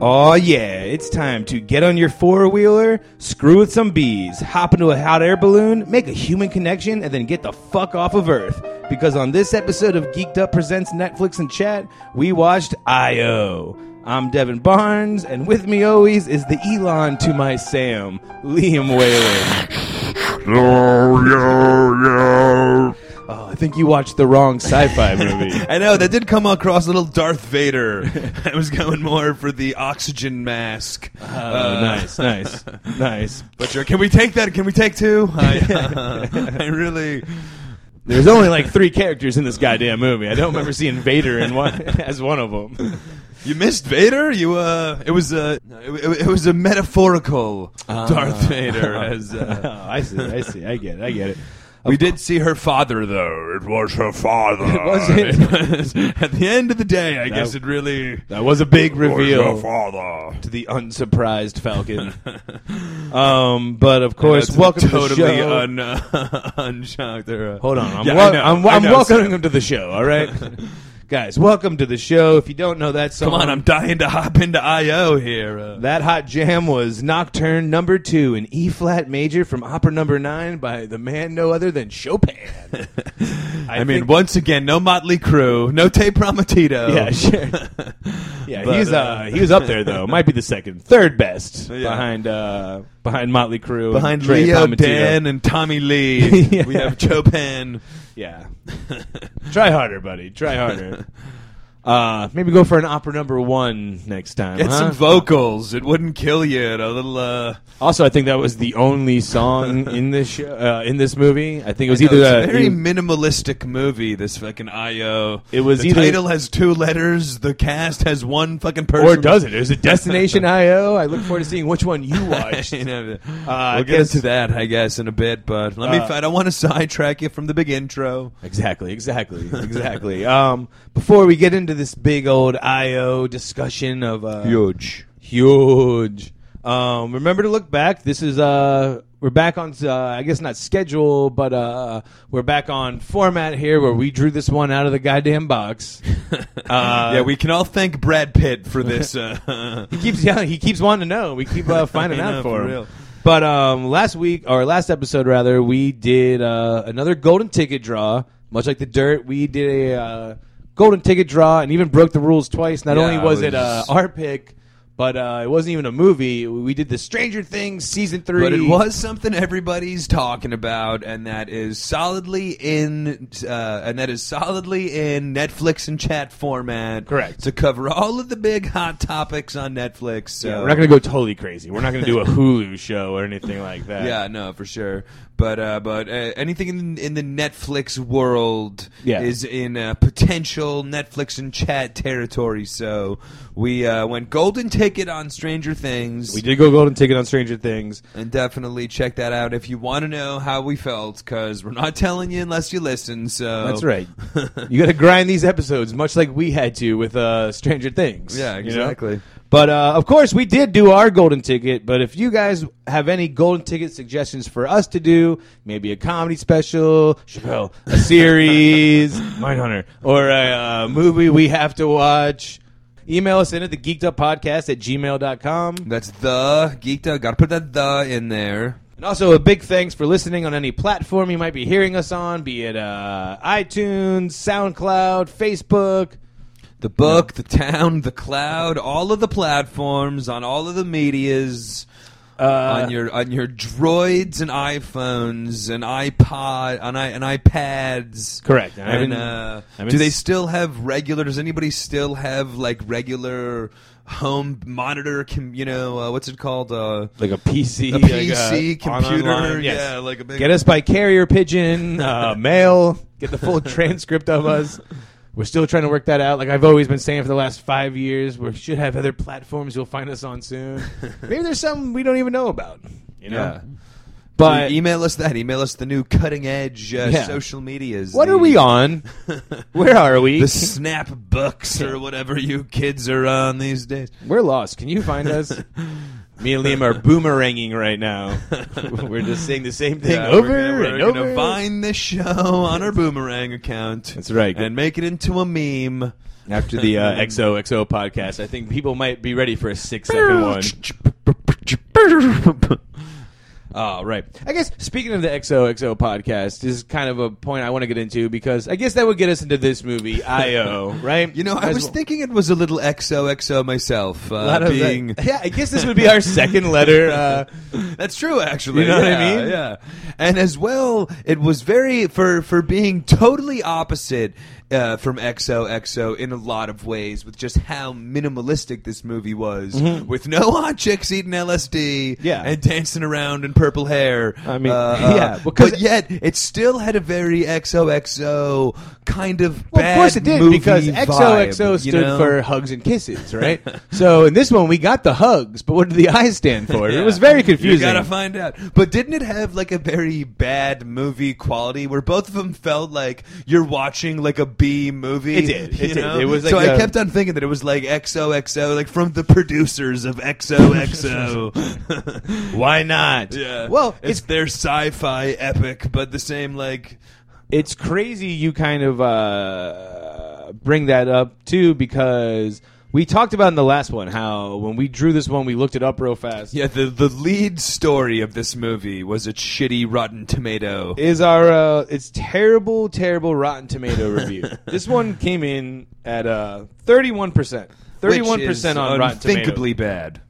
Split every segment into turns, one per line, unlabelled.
Oh yeah, it's time to get on your four wheeler, screw with some bees, hop into a hot air balloon, make a human connection, and then get the fuck off of Earth. Because on this episode of Geeked Up Presents Netflix and Chat, we watched I.O. I'm Devin Barnes, and with me always is the Elon to my Sam, Liam Whalen. Oh, I think you watched the wrong sci fi movie.
I know that did come across a little Darth Vader. I was going more for the oxygen mask.
Oh, nice, nice, nice.
But sure, can we take that? Can we take two? I, I really.
There's only like three characters in this goddamn movie. I don't remember seeing Vader in one as one of them.
You missed Vader. You uh, it was a it, it was a metaphorical
Ah.
Darth Vader. As uh,
Oh, I see, I see, I get it, I get it.
we did see her father, though it was her father. It
was
was- at the end of the day, I guess it really
That was a big
was her
reveal
father.
to the unsurprised Falcon. um, but of course,
That's
welcome
totally
to the show.
Un, unshocked. Or, uh,
Hold on, I'm,
Yeah, I
wel-
know,
I'm,
I
I'm
know,
welcoming
Sam.
him to the show. All right, guys, welcome to the show. If you don't know that song,
Come on, I'm dying to hop into I.O. here. Uh,
That hot jam was Nocturne Number Two in E flat major from Opera Number Nine by the man no other than Chopin.
I, mean,
think-
once again, no Motley Crue, no Te Prometito.
Yeah, sure. Yeah,
Um, But,
he's uh,
uh,
he was up there though. Might be the second, third best
Yeah.
behind uh, behind Motley Crue, and
Behind
Trey
Leo,
Palmatino.
Dan, and Tommy Lee,
Yeah.
we have Chopin.
Yeah, try harder, buddy. Try harder. Uh, maybe go for an opera number one next time.
Get
huh?
some vocals. It wouldn't kill you. A little. Uh,
also, I think that was the only song in this show, uh, in this movie. I think it was
no,
either
it's
uh,
a very
e-
minimalistic movie. This fucking I.O.
It was
the
either-
title has two letters. The cast has one fucking person.
or does it? There's a Destination I/O. I look forward to seeing which one you watched.
You know,
I
we'll get
guess-
into that, Uh, I guess, in a bit. But let me.
Uh,
I don't want to sidetrack you from the big intro.
Exactly, exactly, exactly. um, before we get into this big old IO discussion of uh,
Huge.
huge. Um, remember to look back. This is uh, we're back on. Uh, I guess not schedule, but uh, we're back on format here where we drew this one out of the goddamn box. Uh,
yeah, we can all thank Brad Pitt for this. Uh,
He keeps yeah, he keeps wanting to know. We keep uh, finding
I
out
know,
for,
for
him.
real.
But um, last week or last episode rather, we did uh, another golden ticket draw. Much like the dirt, we did a uh, golden ticket draw and even broke the rules twice. Not
Yeah,
only
it
was it,
was-
uh, our pick, but uh, it wasn't even a movie. We did the Stranger Things season three.
but it was something everybody's talking about, and that is solidly in, uh, and that is solidly in Netflix and chat format.
Correct.
To cover all of the big hot topics on Netflix. So.
Yeah, we're not going to go totally crazy. We're not going to do a Hulu show or anything like that.
Yeah, no, for sure. But uh, but uh, anything in in the Netflix world
Yeah.
is in uh, potential Netflix and chat territory. So we uh, went golden ticket on Stranger Things.
We did go golden ticket on Stranger Things.
and definitely check that out if you want to know how we felt because we're not telling you unless you listen. So
That's right. you got to grind these episodes, much like we had to with uh, Stranger Things.
Yeah,
you know?
exactly.
But uh, of course, we did do our golden ticket. But if you guys have any golden ticket suggestions for us to do, maybe a comedy special, Chappelle, a series, Mindhunter, or a uh, movie we have to watch, email us in at the geeked up podcast at gmail.com.
That's the geeked out. Gotta put that the in there.
And also a big thanks for listening on any platform you might be hearing us on, be it uh, iTunes, SoundCloud, Facebook.
The book, the town, the cloud, all of the platforms on all of the medias.
Uh,
on your on your droids and iPhones and iPod on i and iPads.
Correct. I
And
haven't-
uh,
I haven't
do they
s-
still have regular? Does anybody still have like regular home monitor? Com, you know uh, what's it called? Uh,
like a PC,
A
like uh,
PC,
on-
computer,
online,
yeah, like a big-
Get us by carrier pigeon, uh, mail. Get the full transcript of us. We're still trying to work that out. Like I've always been saying for the last five years, we should have other platforms. You'll find us on soon. Maybe there's some we don't even know about. You know,
Yeah.
but
So email us that. Email us the new cutting edge uh,
Yeah.
social medias.
what
the,
are we on? Where are we?
The Snap Books or whatever you kids are on these days.
We're lost. Can you find us? Me and Liam are boomeranging right now. we're just saying the same thing
Yeah,
over
we're gonna, we're
and
gonna
over.
find this show on our boomerang account.
That's right.
and make it into a meme.
After the uh, XOXO podcast, I think people might be ready for a six-second one. Oh, right. I guess speaking of the XOXO podcast, this is kind of a point I want to get into because I guess that would get us into this movie, IO, right?
You know, I
As
was
well-
thinking it was a little XOXO myself. Uh,
A lot of that-
being
yeah, I guess this would be our second letter. Uh,
That's true, actually.
You know what I
Yeah,
mean?
Yeah. And as well, it was very for for being totally opposite uh, from XOXO in a lot of ways, with just how minimalistic this movie was, with no hot chicks eating LSD,
Mm-hmm. Yeah.
and dancing around in purple hair.
I mean,
Uh, uh,
yeah, because-
but yet it still had a very XOXO kind of
well,
bad
of course it did
movie
because
vibe,
XOXO
you
stood
know?
for hugs and kisses, right? so in this one, we got the hugs, but what did the I stand for? It was
Yeah.
very confusing.
You gotta find out. But didn't it have like a very bad movie quality where both of them felt like you're watching like a B movie?
It did. It
you
did.
know?
It was
so
like
I
a-
kept on thinking that it was like XOXO, like from the producers of XOXO.
Why not?
yeah.
Well,
it's,
it's
their sci-fi epic, but the same like.
it's crazy you kind of uh, bring that up too because we talked about in the last one how when we drew this one we looked it up real fast
Yeah, the, the lead story of this movie was a shitty Rotten Tomato.
is our uh, it's terrible terrible rotten tomato review this one came in at uh, 31% 31% on rotten tomato
unthinkably bad.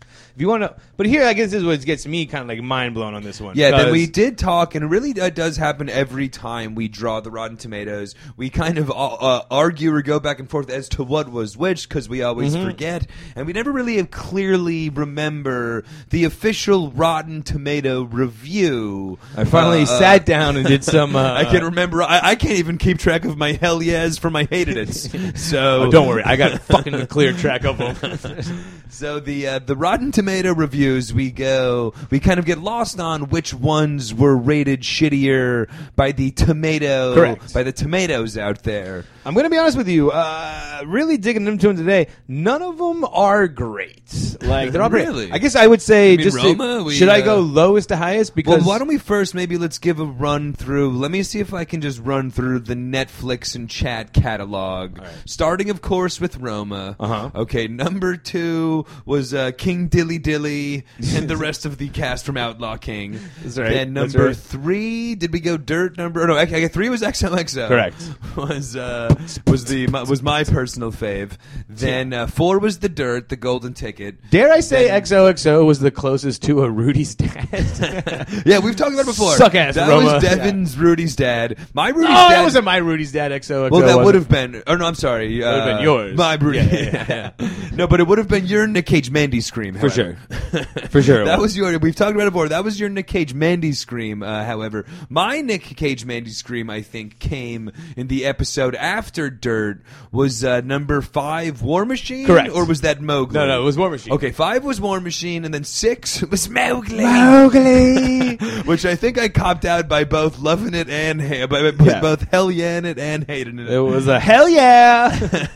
if you want to but here i guess this is what gets me kind of like mind blown on this one
Yeah, then we
because-
did talk, and it really uh, does happen every time we draw the Rotten Tomatoes. We kind of uh, uh, argue or go back and forth as to what was which because we always forget, and we never really have clearly remember the official Rotten Tomato review.
i finally
Uh, uh,
sat down and did some uh,
I can remember. I, I can't even keep track of my hell yes from my hated it. So
Oh, don't worry i got fucking clear track of them
So the uh, the Rotten Tomato reviews we go we kind of get lost on which ones were rated shittier by the tomato
Correct.
by the tomatoes out there.
I'm gonna be honest with you. Uh, really digging into them today. None of them are great. Like they're all great.
Really?
I guess I would say
mean,
just to-
Roma, we,
should I go
uh,
lowest to highest
Well,
because
why don't we first maybe let's give a run through. Let me see if I can just run through the Netflix and chat catalog. Starting, of course, with Roma.
Uh-huh.
Okay, number two was uh, King Dilly Dilly and the rest of the cast from Outlaw King.
That's right,
Then
that's
number
right.
three, did we go Dirt? Number no, okay, three was XOXO.
Correct.
Was uh, was the my, was my personal fave. Then uh, four was the Dirt, the Golden Ticket.
dare I say XOXO was the closest to a Rudy's dad?
Yeah, we've talked about it before.
Suck-ass
That
Roma.
was Devin's Rudy's dad. My Rudy's
oh,
dad.
that wasn't my Rudy's dad. XOXO.
well, that
was
would
it?
have been. Oh no, I'm sorry. Uh,
would've been yours.
My Rudy.
Yeah, yeah,
no, but it would have been your Nick Cage Mandy scream.
for
however.
sure. for sure. it
That was your. We've talked about it before. That was your Nick Cage Mandy scream. Uh, however, my Nick Cage Mandy scream, I think, came in the episode after Dirt was uh, number five, War Machine.
Correct.
Or was that Mowgli?
no, no, it was War Machine.
Okay, five was War Machine, and then six was Mowgli.
Mowgli.
Which I think I copped out by both loving it and ha- by, by
Yeah.
both hell yeah in it and hating it.
it was a hell yeah.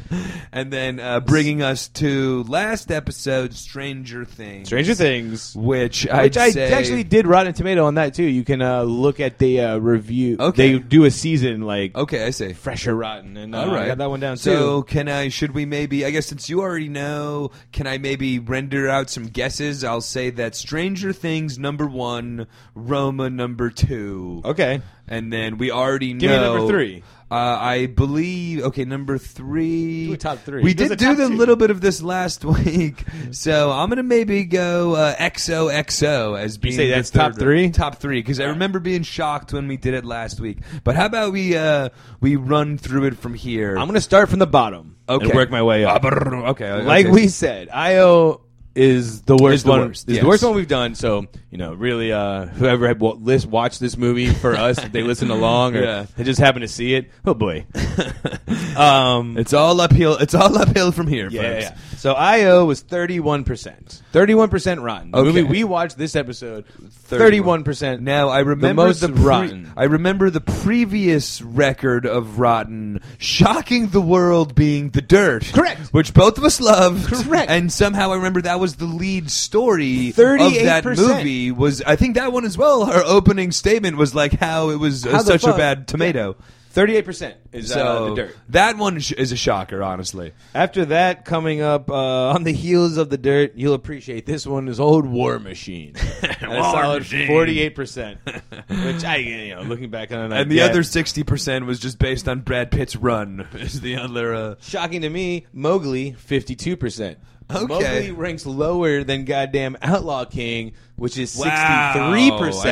and then uh, bringing us to last episode, Stranger Things,
Stranger Things.
which,
Which
I'd
I
say-
actually did Rotten Tomato on that too. You can uh, look at the uh, review.
Okay.
They do a season like
Okay, I see.
fresher rotten, and uh,
All right,
I got that one down
So,
too.
can I? Should we maybe? I guess since you already know, can I maybe render out some guesses? I'll say that Stranger Things number one, Roma number two.
Okay,
And then we already
Give me
know
number three.
Uh, I believe okay, number three.
Do a top three.
We
It was
did
a
do
top
the
two.
little bit of this last week, so I'm gonna maybe go uh, XOXO as being
say
the
that's top
third-
three?
top three because I remember being shocked when we did it last week. But how about we uh, we run through it from here?
I'm gonna start from the bottom
Okay.
and work my way up.
okay,
Like
okay.
we said, IO is the worst
Is the
one.
worst,
is
yes.
the worst one we've done. So you know, really, uh, whoever had wa- list watched this movie for us, if they listened along or
Yeah.
they just happened to see it. Oh boy. um,
It's all uphill. It's all uphill from here,
yeah, yeah,
folks.
yeah. So IO was 31%. 31% rotten. The
Okay.
movie we watched this episode 31%.
Now I remember
most
pre-
rotten.
I remember the previous record of rotten shocking the world being the dirt.
Correct.
Which both of us loved.
Correct.
And somehow I remember that was was the lead story of that
38%.
movie. Was I think that one as well? Her opening statement was like how it was uh,
How the
such a
fuck-
bad tomato.
Thirty-eight percent is
So
uh, the dirt.
that one sh- is a shocker, honestly.
After that, coming up uh, on the heels of the dirt, you'll appreciate this one is old War Machine. A
War
solid
Machine.
forty-eight percent, which I, you know, looking back on it, I
And the
get.
other sixty percent was just based on Brad Pitt's run. Is the other uh,
Shocking to me, Mowgli, 52%.
Okay.
Mowgli ranks lower than goddamn Outlaw King, which is 63%.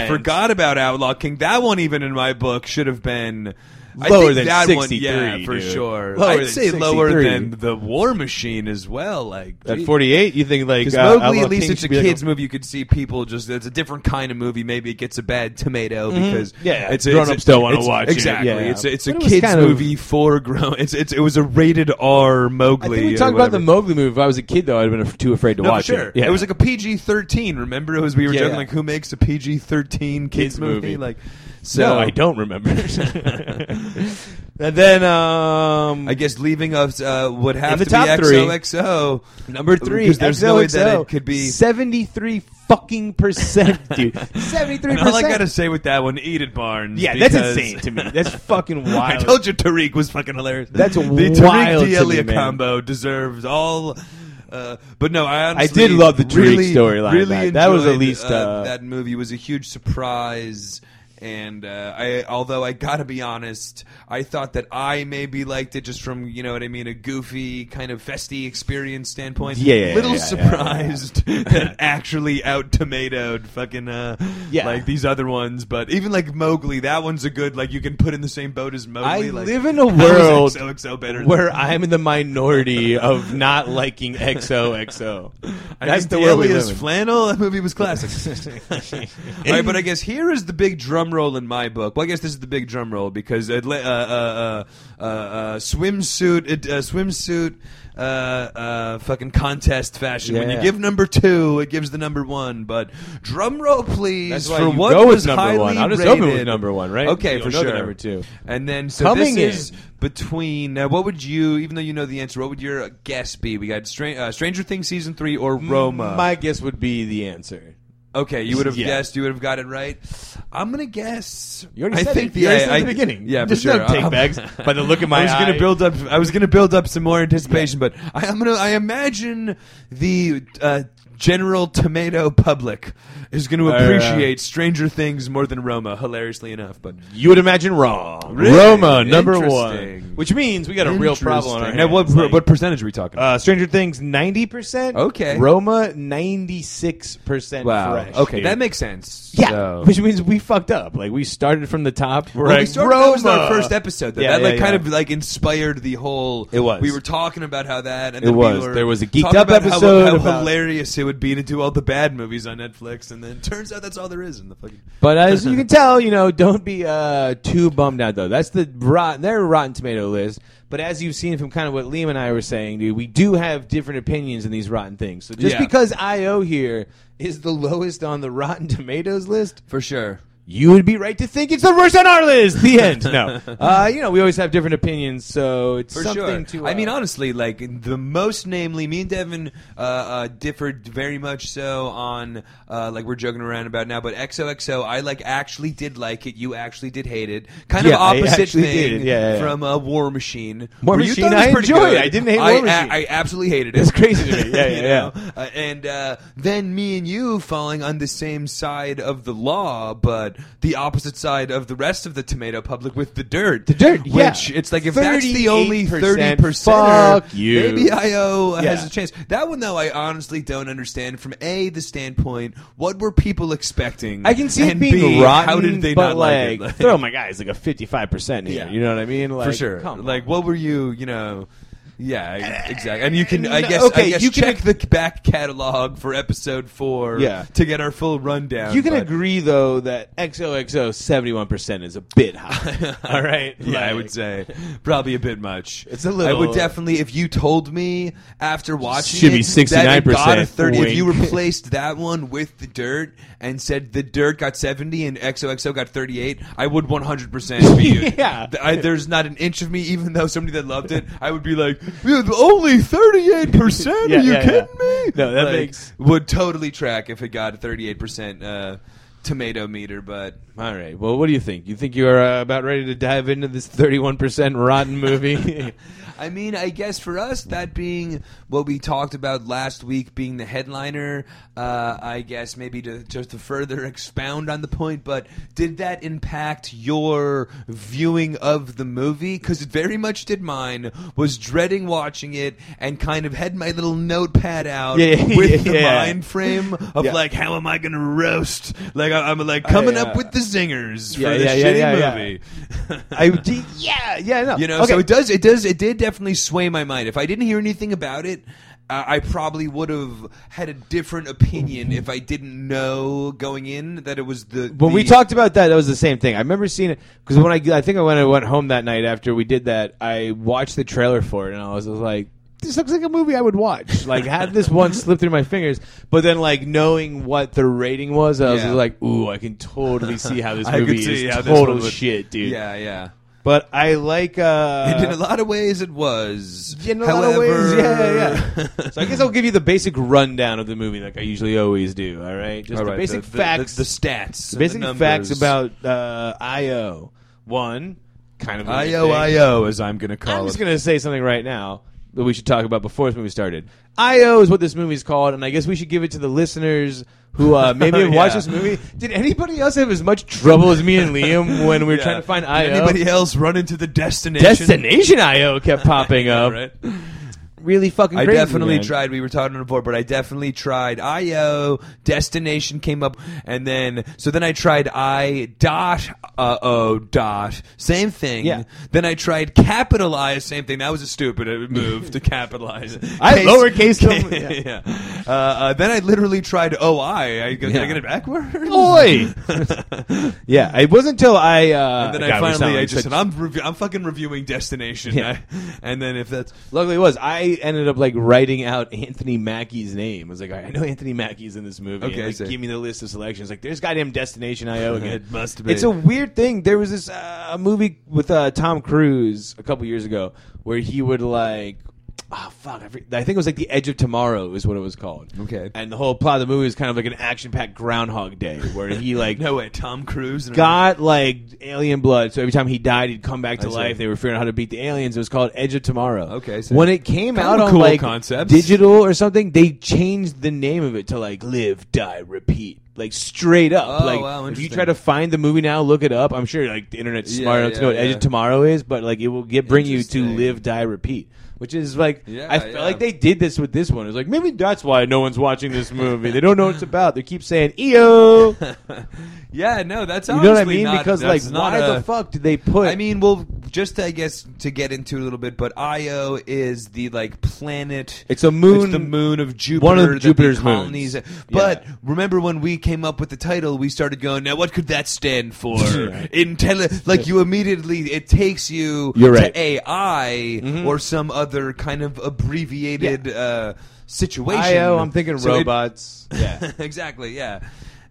I forgot about Outlaw King. That one, even in my book, should have been I
Lower
think
than
that one,
63,
yeah, for
dude.
sure.
Lower
I'd
than
say lower
63.
than the War Machine as well. Like
At
geez.
48, you think like
Because
uh,
Mowgli,
Outlaw
at least
King
it's a
should be like
kids' movie. You could see people just. It's a different kind of movie. Maybe it gets a bad tomato because
Mm-hmm. Yeah,
it's a-
grown-ups
it's a-
don't wanna
it's-
watch it.
Exactly,
Yeah.
it's a, it's a
But it was
kids'
kind of-
movie for grown. It's, it's it was a rated
I
R Mowgly.
think we
or
talked about the
uh, whatever.
Mowgli movie. If I was a kid, though, I'd have been af- too afraid to
No, for
watch
sure.
it. Yeah.
It was like a PG thirteen. Remember, it was we were
Yeah,
joking
yeah.
like, who makes a PG thirteen kids,
Kids
movie?
movie.
Like, so
no, I don't remember. and then um,
I guess leaving us uh, would have
the
to
top
be
three.
XOXO
number three.
because there's no way that
XOXO,
it could be.
73 fucking percent, dude. 73
And
percent.
all I gotta say with that one, eat it, Barnes.
yeah, that's
because-
insane to me. That's fucking wild.
I told you Tariq was fucking hilarious.
That's
the
wild to
Tariq
me,
D'Elia
man.
combo deserves all. Uh, but no, I
I
honestly
did love the Tariq
really,
storyline,
Really
man. That was at
enjoyed,
least,
uh,
uh,
that movie was a huge surprise. And uh, I, although I gotta be honest, I thought that I maybe liked it just from you know what I mean, a goofy kind of festy experience standpoint.
Yeah, yeah,
little
yeah, yeah,
surprised that it actually out tomatoed fucking uh,
Yeah.
like these other ones. But even like Mowgli, that one's a good like you can put in the same boat as Mowgli.
I
Like,
live in a
how is
world
XOXO better than-
where I'm in the minority of not liking XOXO.
I
That's
think
the world we
Dahlia's
live in.
flannel. That movie was classic. All right, but I guess here is the big drum roll in my book. Well, I guess this is the big drum roll because Atla- uh, uh, uh, uh, uh, swimsuit, uh, swimsuit, uh, uh, fucking contest fashion. When you
Yeah.
give number two, it gives the number one. But drum roll, please,
That's why
for
you
what
go with
was
number
highly
one. I'm just
rated.
hoping with number one, right?
Okay,
You
for
don't know the
sure.
number two.
and then so
Coming
this is
in.
between uh, what would you, even though you know the answer, what would your uh, guess be? We got Stra- uh, Stranger Things season three or Roma.
My guess would be the answer.
Okay, you would have
Yeah.
guessed. You would have got it right. I'm gonna guess.
You already
I
said
think
it.
The,
You already
I-
said it at
I-
the beginning.
Yeah,
There's
for sure.
no take
Um,
backs Uh, by the look of my
I was
eye.
gonna build up. I was gonna build up some more anticipation, but I, I'm gonna. I imagine the uh, general tomato public is going to
uh,
appreciate Stranger Things more than Roma. Hilariously enough, but
You would imagine wrong.
Really?
Roma number one,
Interesting.
which means we got a real problem on our
Interesting.
hands.
Now, what
Like,
what percentage are we talking? about?
uh, Stranger Things ninety percent.
Okay.
Roma ninety six percent.
wow.
Fresh,
okay,
dude.
that makes sense.
yeah,
So-
which means we fucked up. Like we started from the top. We're
Well,
like,
we started, that was
Roma.
our first episode. Though.
Yeah,
that like
yeah,
kind
yeah.
of like inspired the whole.
It was.
We were talking about how that. And
It
then
was.
We were
There was a Geeked
talking
Up
about how-
episode
How,
about-
hilarious it would be to do all the bad movies on Netflix, and then turns out that's all there is in the fucking.
But as you can tell, you know, don't be uh, too bummed out though. That's the rotten, their Rotten Tomato list. But as you've seen from kind of what Liam and I were saying, dude, we do have different opinions in these rotten things. So just
Yeah.
because IO here is the lowest on the Rotten Tomatoes list,
For sure.
you would be right to think it's the worst on our list. The end. No, uh, you know, we always have different opinions, so it's
For
something
sure.
to. Uh,
I mean, honestly, like the most, namely, me and Devin uh, uh, differed very much so on uh, like we're joking around about now, but XOXO, I like actually did like it. You actually did hate it. Kind
Yeah,
of
I
opposite
actually
thing
did. Yeah, yeah, yeah.
from uh, War Machine.
War
where you
Machine,
thought it was
I
pretty
enjoyed.
good.
I didn't hate
I,
War Machine.
I, I absolutely hated it.
That's crazy to me. Yeah,
You
yeah, yeah.
know? Uh, and uh, then me and you falling on the same side of the law, but the opposite side of the rest of the tomato public with the dirt. The
dirt,
which
yeah.
it's like if that's the only
38%,
thirty percent,
fuck you.
Maybe IO
Yeah.
has a chance. That one though, I honestly don't understand. From a the standpoint, what were people expecting?
I can see it
And
being
B,
rotten,
How did they
but
not
like,
like, it?
throw my guys like a fifty-five percent here.
Yeah.
You know what I mean? Like,
for sure.
come on.
Like, what were you? You know. Yeah, I- exactly. And you can, I
No,
guess,
okay,
I guess
you can-
check the back catalog for episode four
Yeah.
to get our full rundown.
You can
but-
agree though that XOXO seventy one percent is a bit high. All right,
Yeah, I
Like,
would say probably a bit much.
It's a
I
little-
would definitely, if you told me after watching,
Should
it
be
that it got a
69%,
thirty. If you
wink.
replaced that one with the dirt and said the dirt got seventy and XOXO got thirty-eight, I would one hundred percent be you.
Yeah.
Th- I, there's not an inch of me, even though somebody that loved it, I would be like, Only thirty-eight percent?
Yeah,
Are you
yeah,
kidding
yeah.
me?
No, that
Like,
makes-
would totally track if it got thirty-eight percent uh, tomato meter, but
All right. Well, what do you think? You think you are uh, about ready to dive into this 31% rotten movie?
I mean, I guess for us, that being what we talked about last week, being the headliner, uh, I guess maybe to just to further expound on the point. But did that impact your viewing of the movie? Because it very much did mine. Was dreading watching it and kind of had my little notepad out
Yeah, yeah,
with the
yeah.
mind frame of
Yeah.
like, how am I going to roast? Like I, am like coming up
yeah.
with the zingers
Yeah,
for the
yeah, yeah,
shitty
yeah, yeah.
movie.
I d- yeah, yeah, no.
You know,
okay.
so it does, it does, it did definitely sway my mind. If I didn't hear anything about it, uh, I probably would have had a different opinion if I didn't know going in that it was the.
when
the-
we talked about that, that was the same thing. I remember seeing it because when I, I think when I went home that night after we did that, I watched the trailer for it and I was, just like, this looks like a movie I would watch. Like, had this one slip through my fingers, but then like knowing what the rating was, I was
Yeah.
just like, ooh, I can totally see how this
I could
movie
see
is
how this
total
one would-
shit, dude.
yeah, yeah.
But I like. uh
and in a lot of ways, it was.
in a
However,
lot of ways, yeah, yeah, yeah. so I guess I'll give you the basic rundown of the movie, like I usually always do. All right, just
All
the
right,
basic
the,
facts.
the, the stats, and
Basic
the
facts
numbers.
about uh, IO. One, kind of.
IO, IO, as I'm going to call
Uh, I'm
it.
just going to say something right now that we should talk about before this movie started. IO is what this movie's called, and I guess we should give it to the listeners who uh, maybe have watched
Yeah.
this movie. Did anybody else have as much trouble as me and Liam when we were
Yeah.
trying to find
Did
IO?
Anybody else run into the destination?
Destination IO kept popping
Yeah,
up.
right?
Really fucking
I
crazy.
definitely
man.
tried. We were talking before, but I definitely tried IO. Destination came up, and then so then I tried I dot uh O dot same thing.
Yeah.
Then I tried capitalize same thing. That was a stupid uh, move to capitalize.
I
Case-
lowercase them.
yeah. Uh, uh, then I literally tried OI. I, did
Yeah.
I get it backwards?
Oi! yeah, it wasn't until I. Uh,
And then
God,
I
we sound
finally I
like
just
such
said I'm rev- I'm fucking reviewing Destination.
Yeah.
I- and then if that's
Luckily, it was. I ended up like writing out Anthony Mackie's name. I was like, all right, I know Anthony Mackie's in this movie.
Okay,
And,
I
like,
see.
give me the list of selections. Like, there's goddamn Destination IO again.
It must be.
It's a weird thing. There was this uh, movie with uh, Tom Cruise a couple years ago where he would like. Oh fuck! I, forget, I think it was like The Edge of Tomorrow is what it was called.
Okay.
And the whole plot of the movie is kind of like an action-packed Groundhog Day, where he like
no way Tom Cruise and
got like alien blood. So every time he died, he'd come back to
I see.
life. They were figuring out how to beat the aliens. It was called Edge of Tomorrow.
Okay, so-
when it came
Kind
out
of a
on
cool
like
concept.
digital or something, they changed the name of it to like Live, Die, Repeat. Like straight up.
Oh,
like
wow,
if you
interesting.
try to find the movie now, look it up. I'm sure like the internet's
Yeah,
smart enough to know
yeah,
what Edge
yeah.
of Tomorrow is, but like it will get bring you to
Interesting.
Live, Die, Repeat. Which is like
Yeah,
I felt
yeah.
like they did this with this one. It's like maybe that's why no one's watching this movie. they don't know what it's about. They keep saying E EO.
yeah, no, that's
You know what I
honestly
mean?
not-
because like,
that's not
why
a-
the fuck did they put?
I mean, well, just I guess to get into it a little bit, but Io is the like planet.
It's a moon-
It's the moon of Jupiter.
one of
that the
Jupiter's
colonies.
moons.
But
Yeah.
remember when we came up with the title, we started going. Now, what could that stand for?
Yeah.
Intelli- like you immediately, it takes you
You're right. Mm-hmm.
to AI or some other kind of abbreviated uh, situation.
IO. I'm thinking
So it-
robots. yeah.
exactly. Yeah.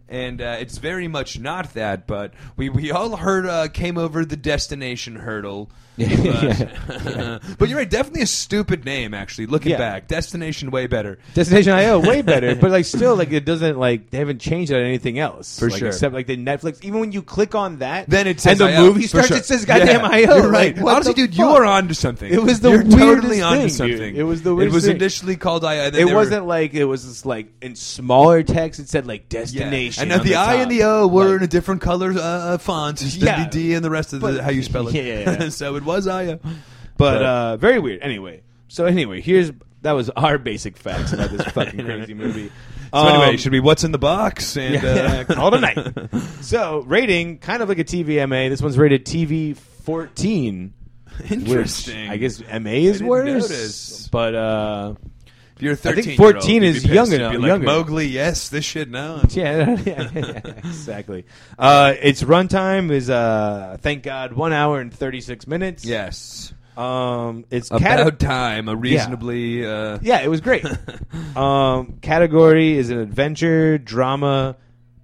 And uh, it's very much not that, but we, we all heard uh, came over the destination hurdle.
Yeah.
But,
Yeah.
but you're right, definitely a stupid name. Actually, looking
Yeah.
back, destination way better.
Destination IO way better, but like still like it doesn't like they haven't changed it on anything else
For
Like,
sure.
Except like the Netflix. Even when you click on that,
Then it
and
says
the
IO,
movie
for
starts.
sure.
It says goddamn
Yeah,
IO.
You're right.
Like, what
Honestly,
the
dude, you
fuck?
are onto something.
It was the
you're
weirdest
totally onto
thing,
something.
dude. It was the
It
weirdest
was
thing.
initially called IO.
It wasn't like it was just like in smaller text. It said like destination.
And now
on
the I and the
top.
O were
Like-
in a different color uh, uh, font.
Yeah.
The D and the rest of the,
But-
how you spell it.
Yeah.
so it was IO.
But uh, very weird. Anyway, so anyway, here's that was our basic facts about this fucking crazy movie.
So anyway,
Um,
it should be what's in the box and
Yeah.
uh,
call tonight. so rating, kind of like a TVMA. This one's rated TV fourteen. which
Interesting.
I guess MA is
didn't
worse,
notice.
but uh,
if you're 13,
think 14 is young enough-
Be like,
younger.
Mowgli, yes, this shit now.
yeah, yeah, yeah, exactly. Uh, its runtime is uh, thank God one hour and thirty six minutes.
Yes,
Um, it's cate-
about time. A reasonably uh,
yeah, it was great. um, category is an adventure drama,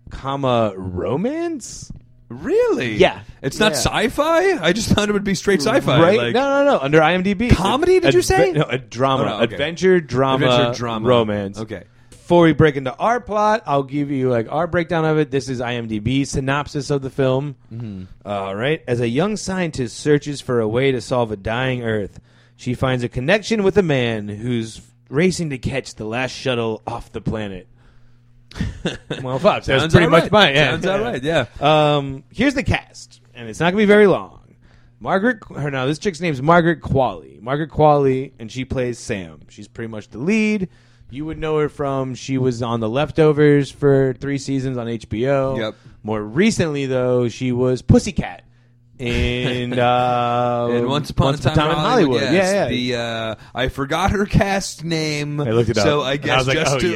comma romance.
Really?
Yeah.
It's not
Yeah.
sci-fi. I just thought it would be straight sci-fi.
Right?
Like,
no, no, no. Under IMDb,
Comedy, did you say?
No, a drama,
Oh, no, okay.
adventure, drama,
adventure, drama,
romance.
Okay.
Before we break into our plot, I'll give you like our breakdown of it. This is IMDb synopsis of the film.
Mm-hmm.
All right. As a young scientist searches for a way to solve a dying Earth, she finds a connection with a man who's racing to catch the last shuttle off the planet. well, fuck. That's
Sounds
pretty
all
much
right.
mine. Yeah.
Sounds all right. Yeah.
Um, here's the cast, and it's not gonna be very long. Margaret, or no, this chick's name's Margaret Qualley. Margaret Qualley, and she plays Sam. She's pretty much the lead. You would know her from she was on The Leftovers for three seasons on HBO.
Yep.
More recently, though, she was Pussycat in uh,
And Um, once upon, a time, in Hollywood, yes,
Yeah, yeah.
The uh, I forgot her cast name.
I looked it up,
So I
and I
guess
was like,
just
oh,
to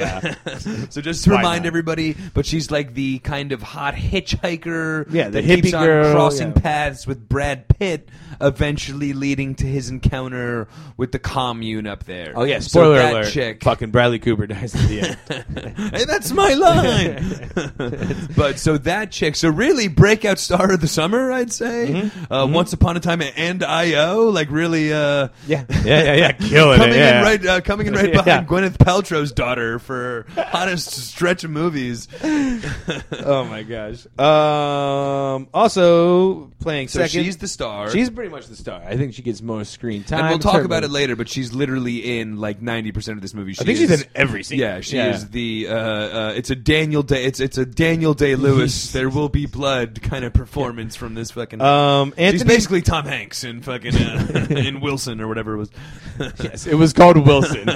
yeah.
so just to
Why
remind
not?
everybody, but she's like the kind of hot hitchhiker.
Yeah, the
that keeps
hippie
on
girl,
crossing
yeah.
paths with Brad Pitt, eventually leading to his encounter with the commune up there.
oh yeah.
So
Spoiler
that
alert.
Chick.
Fucking Bradley Cooper dies at the end.
hey, that's my line. but so that chick, so really breakout star of the summer, I'd say. Uh, Once upon a time and IO, like really, uh,
yeah, yeah, yeah, yeah. Killing
coming
it. Yeah.
in right, uh, coming in right
Yeah.
behind Gwyneth Paltrow's daughter for hottest stretch of movies.
oh my gosh. Um, also playing
So
second.
she's the star.
She's pretty much the star. I think she gets more screen time.
and we'll talk about it
certainly.
later, but she's literally in like ninety percent of this movie. She
think
is-
she's in every scene.
Yeah, she
Yeah.
is the. Uh, uh, it's a Daniel Day. It's it's a Daniel Day Lewis. there will be blood kind of performance from this fucking.
Um, Anthony.
She's basically Tom Hanks in fucking uh, in Wilson or whatever it was.
yes, it was called Wilson.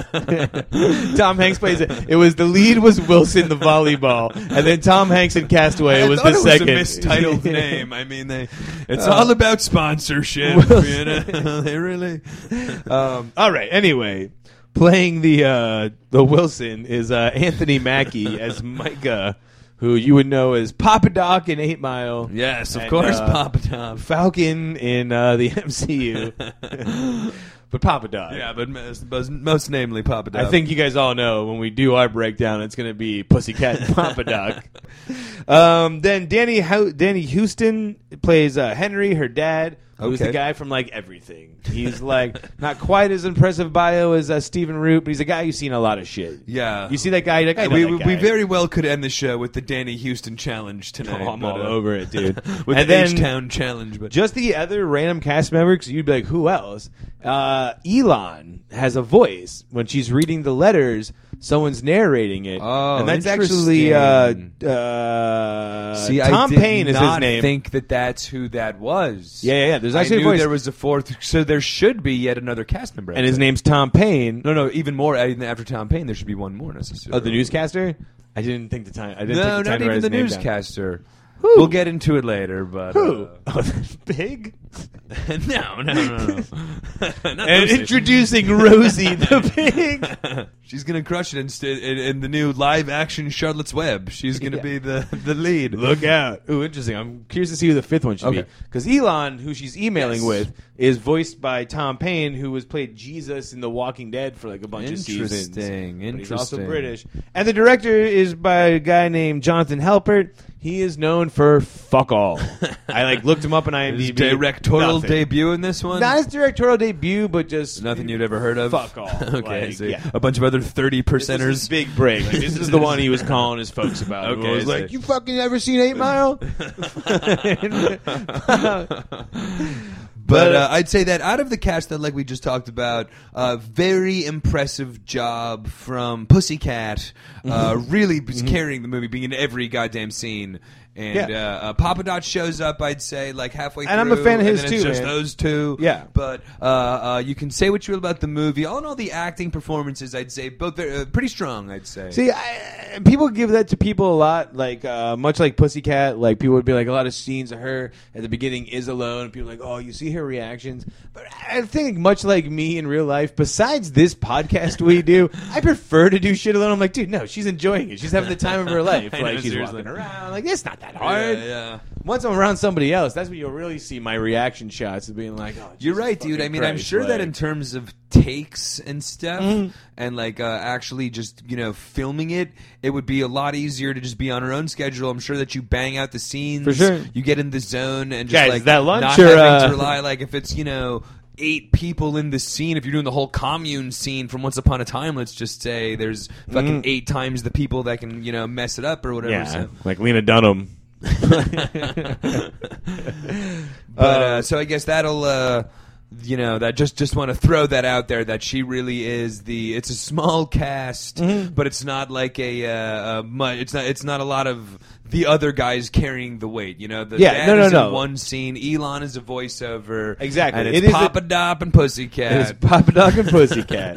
Tom Hanks plays it. It was the lead was Wilson the volleyball, and then Tom Hanks in Castaway
I
was
thought
the
it
second Uh,
a mistitled name. I mean, they. It's all about sponsorship. you know, they really.
Um, all right. Anyway, playing the uh, the Wilson is uh, Anthony Mackie as Micah, who you would know as Papa Doc in Eight Mile.
Yes, of
And,
course,
uh,
Papa Tom.
Falcon in uh, the MCU, but Papa Doc.
Yeah, but most, most- most namely Papa Tom.
I think you guys all know when we do our breakdown, it's going to be Pussycat and Papa Doc. Um, then Danny Ho- Danny Houston plays uh, Henry, her dad, who's the
Okay.
guy from like everything. He's like not quite as impressive bio as uh, Stephen Root, but he's a guy you've seen a lot of shit.
Yeah.
you see that guy. You're like, I know
we,
that
we-
guy.
we very well could end the show with the Danny Houston challenge
Oh,
tonight.
I'm
but,
all
uh,
over it, dude.
With
and
the
then
H Town challenge, but
just the other random cast members, you'd be like, who else? Uh, Elon has a voice when she's reading the letters. Someone's narrating it,
Oh,
and that's actually uh,
interesting.
uh, Tom Payne is his name.
think that that's who that was.
yeah, yeah, yeah. There's
I
actually a
knew
voice,
there was a fourth, so there should be yet another cast member.
and his name's Tom Payne.
no, no, even more. even After Tom Payne, there should be one more necessarily.
Oh, the newscaster. I didn't think the time. I didn't
No,
take the time
not
to write
even
his
the
name
newscaster.
Who?
We'll get into it later, but
Down. Who?
uh,
Oh, that's big.
no, no, no, no. Not
and
Lucy.
introducing Rosie the pig.
uh, She's gonna crush it in, st- in, in the new live-action Charlotte's Web. She's gonna
Yeah.
be the the lead.
Look out. Ooh, interesting. I'm curious to see who the fifth one should be.
Okay.
Because Elon, who she's emailing
Yes.
with, is voiced by Tom Payne, who was played Jesus in The Walking Dead for like a bunch of seasons.
Interesting,
But He's also
interesting.
British. And the director is by a guy named Jonathan Halpert. He is known for fuck all. I like looked him up on
His
IMDb.
directorial
Nothing.
debut in this one.
Not his directorial debut, but just
Nothing you'd ever heard of.
Fuck all.
okay,
Like,
so
yeah.
a bunch of other thirty
This is his
percenters.
big break. Like, this is the one he was calling his folks about.
Okay,
Okay, was
I
like,
see.
you fucking ever seen Eight Mile?
But uh, I'd say that out of the cast that, like we just talked about, uh, very impressive job from Pussycat, uh,
Mm-hmm.
really was carrying the movie, being in every goddamn scene. And
Yeah.
uh, uh, Papa Dot shows up, I'd say, like halfway
And I'm
through.
a fan of his
and then it's
too,
just
man.
those two.
Yeah.
But uh, uh, you can say what you will about the movie. All in all, the acting performances, I'd say, both are uh, pretty strong, I'd say.
See, I, people give that to people a lot, like uh, much like Pussycat. Like people would be like, a lot of scenes of her at the beginning is alone, and people are like, oh, you see her reactions. But I think much like me in real life, besides this podcast we do, I prefer to do shit alone. I'm like, dude, no, she's enjoying it. She's having the time of her life.
I
like
know,
she's
seriously.
walking around. Like it's not that that hard.
Yeah, yeah.
Once I'm around somebody else, that's when you'll really see my reaction shots of being like, oh,
You're
Jesus
right, dude.
fucking
I mean, I'm
Christ,
sure that
like-
in terms of takes and stuff,
Mm-hmm.
and like uh, actually just you know filming it, it would be a lot easier to just be on our own schedule. I'm sure that you bang out the scenes,
For sure.
You get in the zone and just
Guys,
like
that lunch
not
or,
having
uh,
to rely like if it's you know eight people in the scene. If you're doing the whole commune scene from Once Upon a Time, let's just say there's fucking eight times the people that can you know mess it up or whatever.
Mm. yeah,
So.
like Lena Dunham.
But uh, so I guess that'll uh, you know that just just want to throw that out there that she really is the it's a small cast,
Mm-hmm.
but it's not like a, uh, a much, it's not it's not a lot of the other guys carrying the weight. You know, the
Yeah,
dad
no, no,
is
no.
in one scene. Elon is a voiceover
Exactly.
and it's
It is a-
Papa Dop and Pussycat.
It was Papa Dog and Pussycat.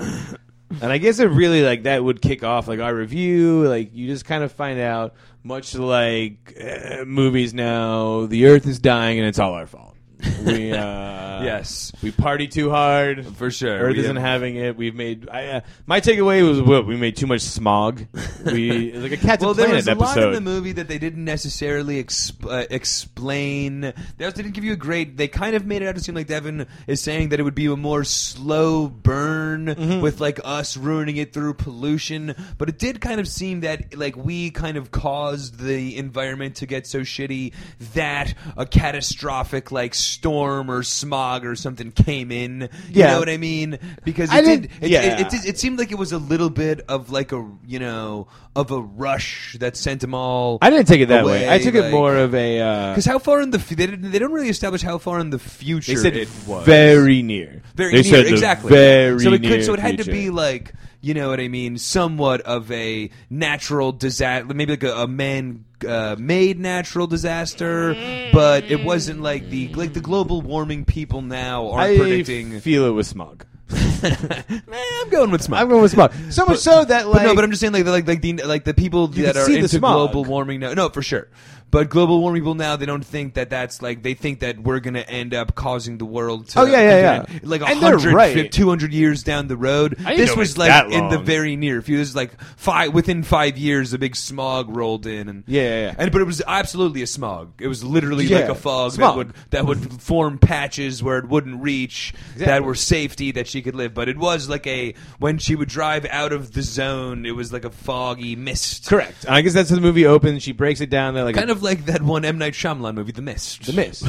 and I guess it really like that would kick off like our review. Like you just kind of find out, much like uh, movies now, the Earth is dying and it's all our fault. We uh,
Yes.
we party too hard.
For sure.
Earth
We
isn't
have-
having it. We've made. I, uh, my takeaway was what we made too much smog. We it was like a cat's
well,
a planet
there was a
episode.
lot in the movie that they didn't necessarily exp- uh, explain. They also didn't give you a grade. They kind of made it out to seem like Devin is saying that it would be a more slow burn
Mm-hmm.
with like us ruining it through pollution. But it did kind of seem that like we kind of caused the environment to get so shitty that a catastrophic like storm or smog or something came in. You
Yeah.
know what I mean? Because it
I
did.
didn't-
It,
yeah.
it, it did it seemed like it was a little bit of like a you know of a rush that sent them all.
I didn't take it that way.
Away,
I took it
like-
more of a. Uh,
because how far in the f- they, didn't, they don't really establish how far in the future
they said
it was
very near.
very
They
near
said the
exactly
Very
so it could
near
so it had to
future.
be like you know what I mean somewhat of a natural disaster maybe like a, a man uh, made natural disaster but it wasn't like the like the global warming people now are
I
predicting.
feel it was smog.
Man, I'm going with smile.
I'm going with smog. So much so that like
But no, but I'm just saying like the- like like the like the people
You
that
can
are
see the
into
smog.
global warming now. No, for sure. But global warming people now they don't think that that's like they think that we're gonna end up causing the world to
Oh, yeah, yeah, yeah.
like
And they're
100,
right.
200 years down the road.
didn't know
This
it
was
was
like
that
in the
long.
very near future. This is like five within five years a big smog rolled in and
Yeah, yeah, yeah.
and but it was absolutely a smog. It was literally
Yeah.
like a fog
Smog.
that would that would form patches where it wouldn't reach that
Exactly.
were safety that she could live but it was like a when she would drive out of the zone it was like a foggy mist
correct. I guess that's how the movie opens. She breaks it down. They're like
kind of like that one M Night Shyamalan movie The Mist
the mist.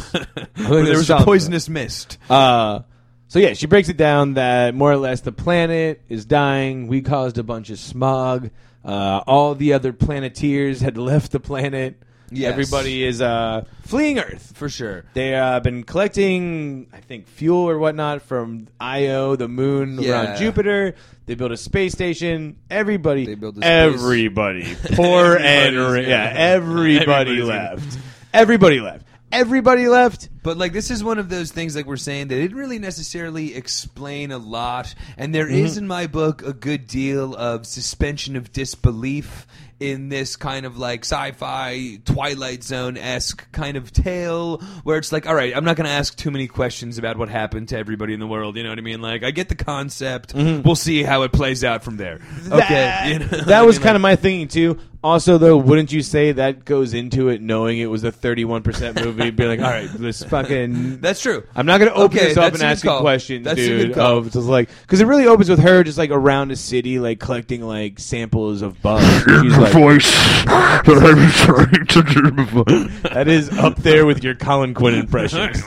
where there was a poisonous mist
Uh, so yeah, she breaks it down that more or less the planet is dying. We caused a bunch of smog. Uh, all the other planeteers had left the planet.
Yes.
Everybody is uh, fleeing Earth.
for sure
They have uh, been collecting, I think, fuel or whatnot from Io, the moon
Yeah.
around Jupiter. They built a space station. Everybody,
They built a space-
everybody, poor and
Everybody's
ri-
in.
yeah, everybody
Everybody's in.
left. Everybody left. Everybody left.
But like this is one of those things like we're saying they didn't really necessarily explain a lot, and there is
Mm-hmm.
in my book a good deal of suspension of disbelief in this kind of like sci-fi Twilight Zone esque kind of tale where it's like, all right, I'm not going to ask too many questions about what happened to everybody in the world. You know what I mean? Like I get the concept. We'll see how it plays out from there.
Mm-hmm. That,
Okay, you know what
that
I
was
mean?
kind of my thinking too. Also, though, wouldn't you say that goes into it knowing it was a 31% movie? Be like, all right, let's fucking.
That's true.
I'm not going to open
Okay,
this up and
that's a good
ask you
call.
questions,
That's a good
dude.
call.
Of just like, because it really opens with her just like around a city, like collecting like samples of bugs. She's like,
voice that I'm trying to do before.
that is up there with your Colin Quinn impressions.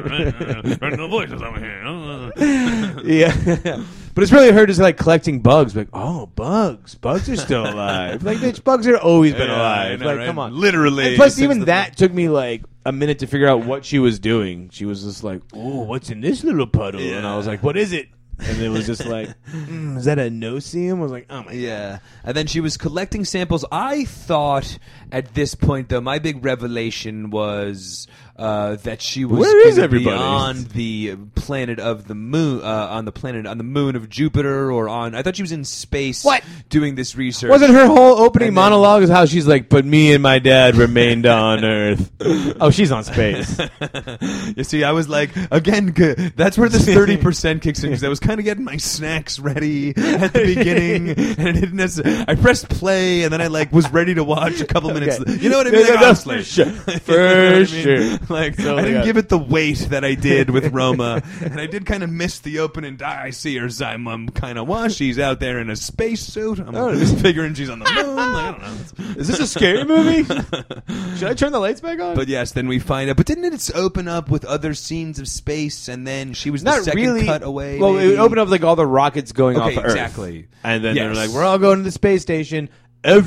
the voices I'm here.
yeah. But it's really her just like collecting bugs, like oh bugs, bugs are still alive. like bitch, bugs are always been
Yeah, I
alive.
know,
like
right?
come on,
Literally,
And plus,
since
even
the-
that took me like a minute to figure out what she was doing. She was just like, oh, what's in this little puddle? And I was like, what is it? And it was just like, mm, is that a noceum? I was like, oh my god.
Yeah. And then she was collecting samples. I thought at this point, though, my big revelation was uh, uh, that she was
Where is
gonna be
everybody?
on the planet of the moon uh, on the planet on the moon of Jupiter or on I thought she was in space
What?
doing this research
Wasn't her whole opening
And then-
monologue is how she's like, but me and my dad remained on Earth. Oh, she's on space.
you see, I was like, again, g- that's where this thirty percent kicks in because I was kind of getting my snacks ready at the beginning, and I didn't. Necessarily, I pressed play, and then I like was ready to watch a couple minutes.
Okay.
You know what I mean?
No, no,
Like,
no,
honestly,
for sure.
You know what I
For
mean?
sure.
Like
So they
I didn't
got-
give it the weight that I did with Roma, and I did kind of miss the open and die. I see her. I'm, kind of wow, she's out there in a spacesuit. I'm
Oh,
just figuring she's on the moon. Like, I don't know.
Is this a scary movie? Should I turn the lights back on?
But yes, then we find out. But didn't it open up with other scenes of space? And then she was the
not
second
really.
cut away.
well, it
maybe?
would open up like all the rockets going
Okay,
off of Earth.
exactly.
And then they're
Yes.
like, we're all going to the space station.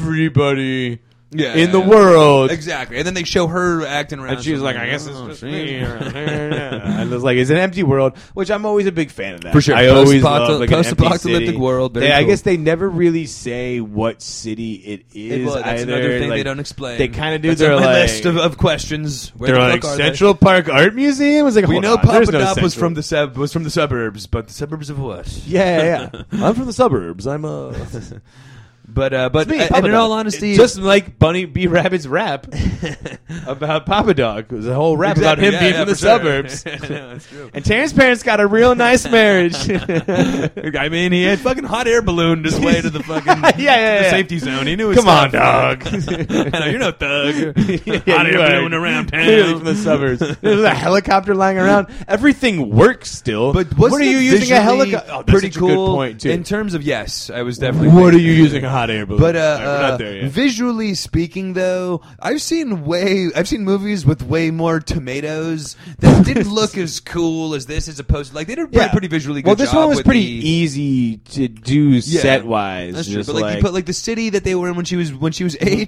Everybody
Yeah.
in the world.
Exactly. And then they show her acting around.
And she was like, I guess it's
Oh,
just
she-
me. and it's like, it's an empty world, which I'm always a big fan of that.
For sure.
I always
Post-apocalyptic-
love like, an empty
post-apocalyptic
city.
world, very
They, I
cool.
guess they never really say what city it is.
Well, that's
either.
another thing
Like,
they don't explain.
They kind of do.
That's
They're
on my
like,
list of, of questions. Where
they're
the
like
fuck are
Central Park Art Museum. It's like,
They? We
hold
know
on, there's no
Papadop was
Central-
from the sub was from the suburbs, but the suburbs of what?
Yeah, yeah, yeah. I'm from the suburbs. I'm
uh,
a.
But uh, but
Me,
and
Papa
in
Doc.
all honesty,
It- just like Bunny B Rabbit's rap about Papa Dog, it was a whole rap about
Exactly.
him
Yeah,
being
yeah,
from the
for sure.
suburbs.
Yeah, that's true.
And Terrence's parents got a real nice marriage.
I mean, he had fucking hot air ballooned his way to the fucking
Yeah, yeah,
to the
yeah.
safety zone. He knew. his
Come on,
stuff.
dog.
I know, you're no thug.
Yeah,
hot
you
air
are
balloon around town.
Clearly from the suburbs. There's a helicopter lying around. Everything works still.
But
what
wasn't
are you
it
using a
visually
helicopter? Oh, that's
pretty
such a
cool.
good point too.
In terms of yes, I was definitely.
what are you using a hot air balloon?
But uh,
All right, we're
uh,
not there yet.
visually speaking, though, I've seen way I've seen movies with way more tomatoes that didn't look as cool as this, as opposed to like they did a pretty, pretty visually good.
Well, this
job
one was
with
pretty
the-
easy to do set wise.
That's true. But like, you put like the city that they were in when she was when she was
Mm-hmm.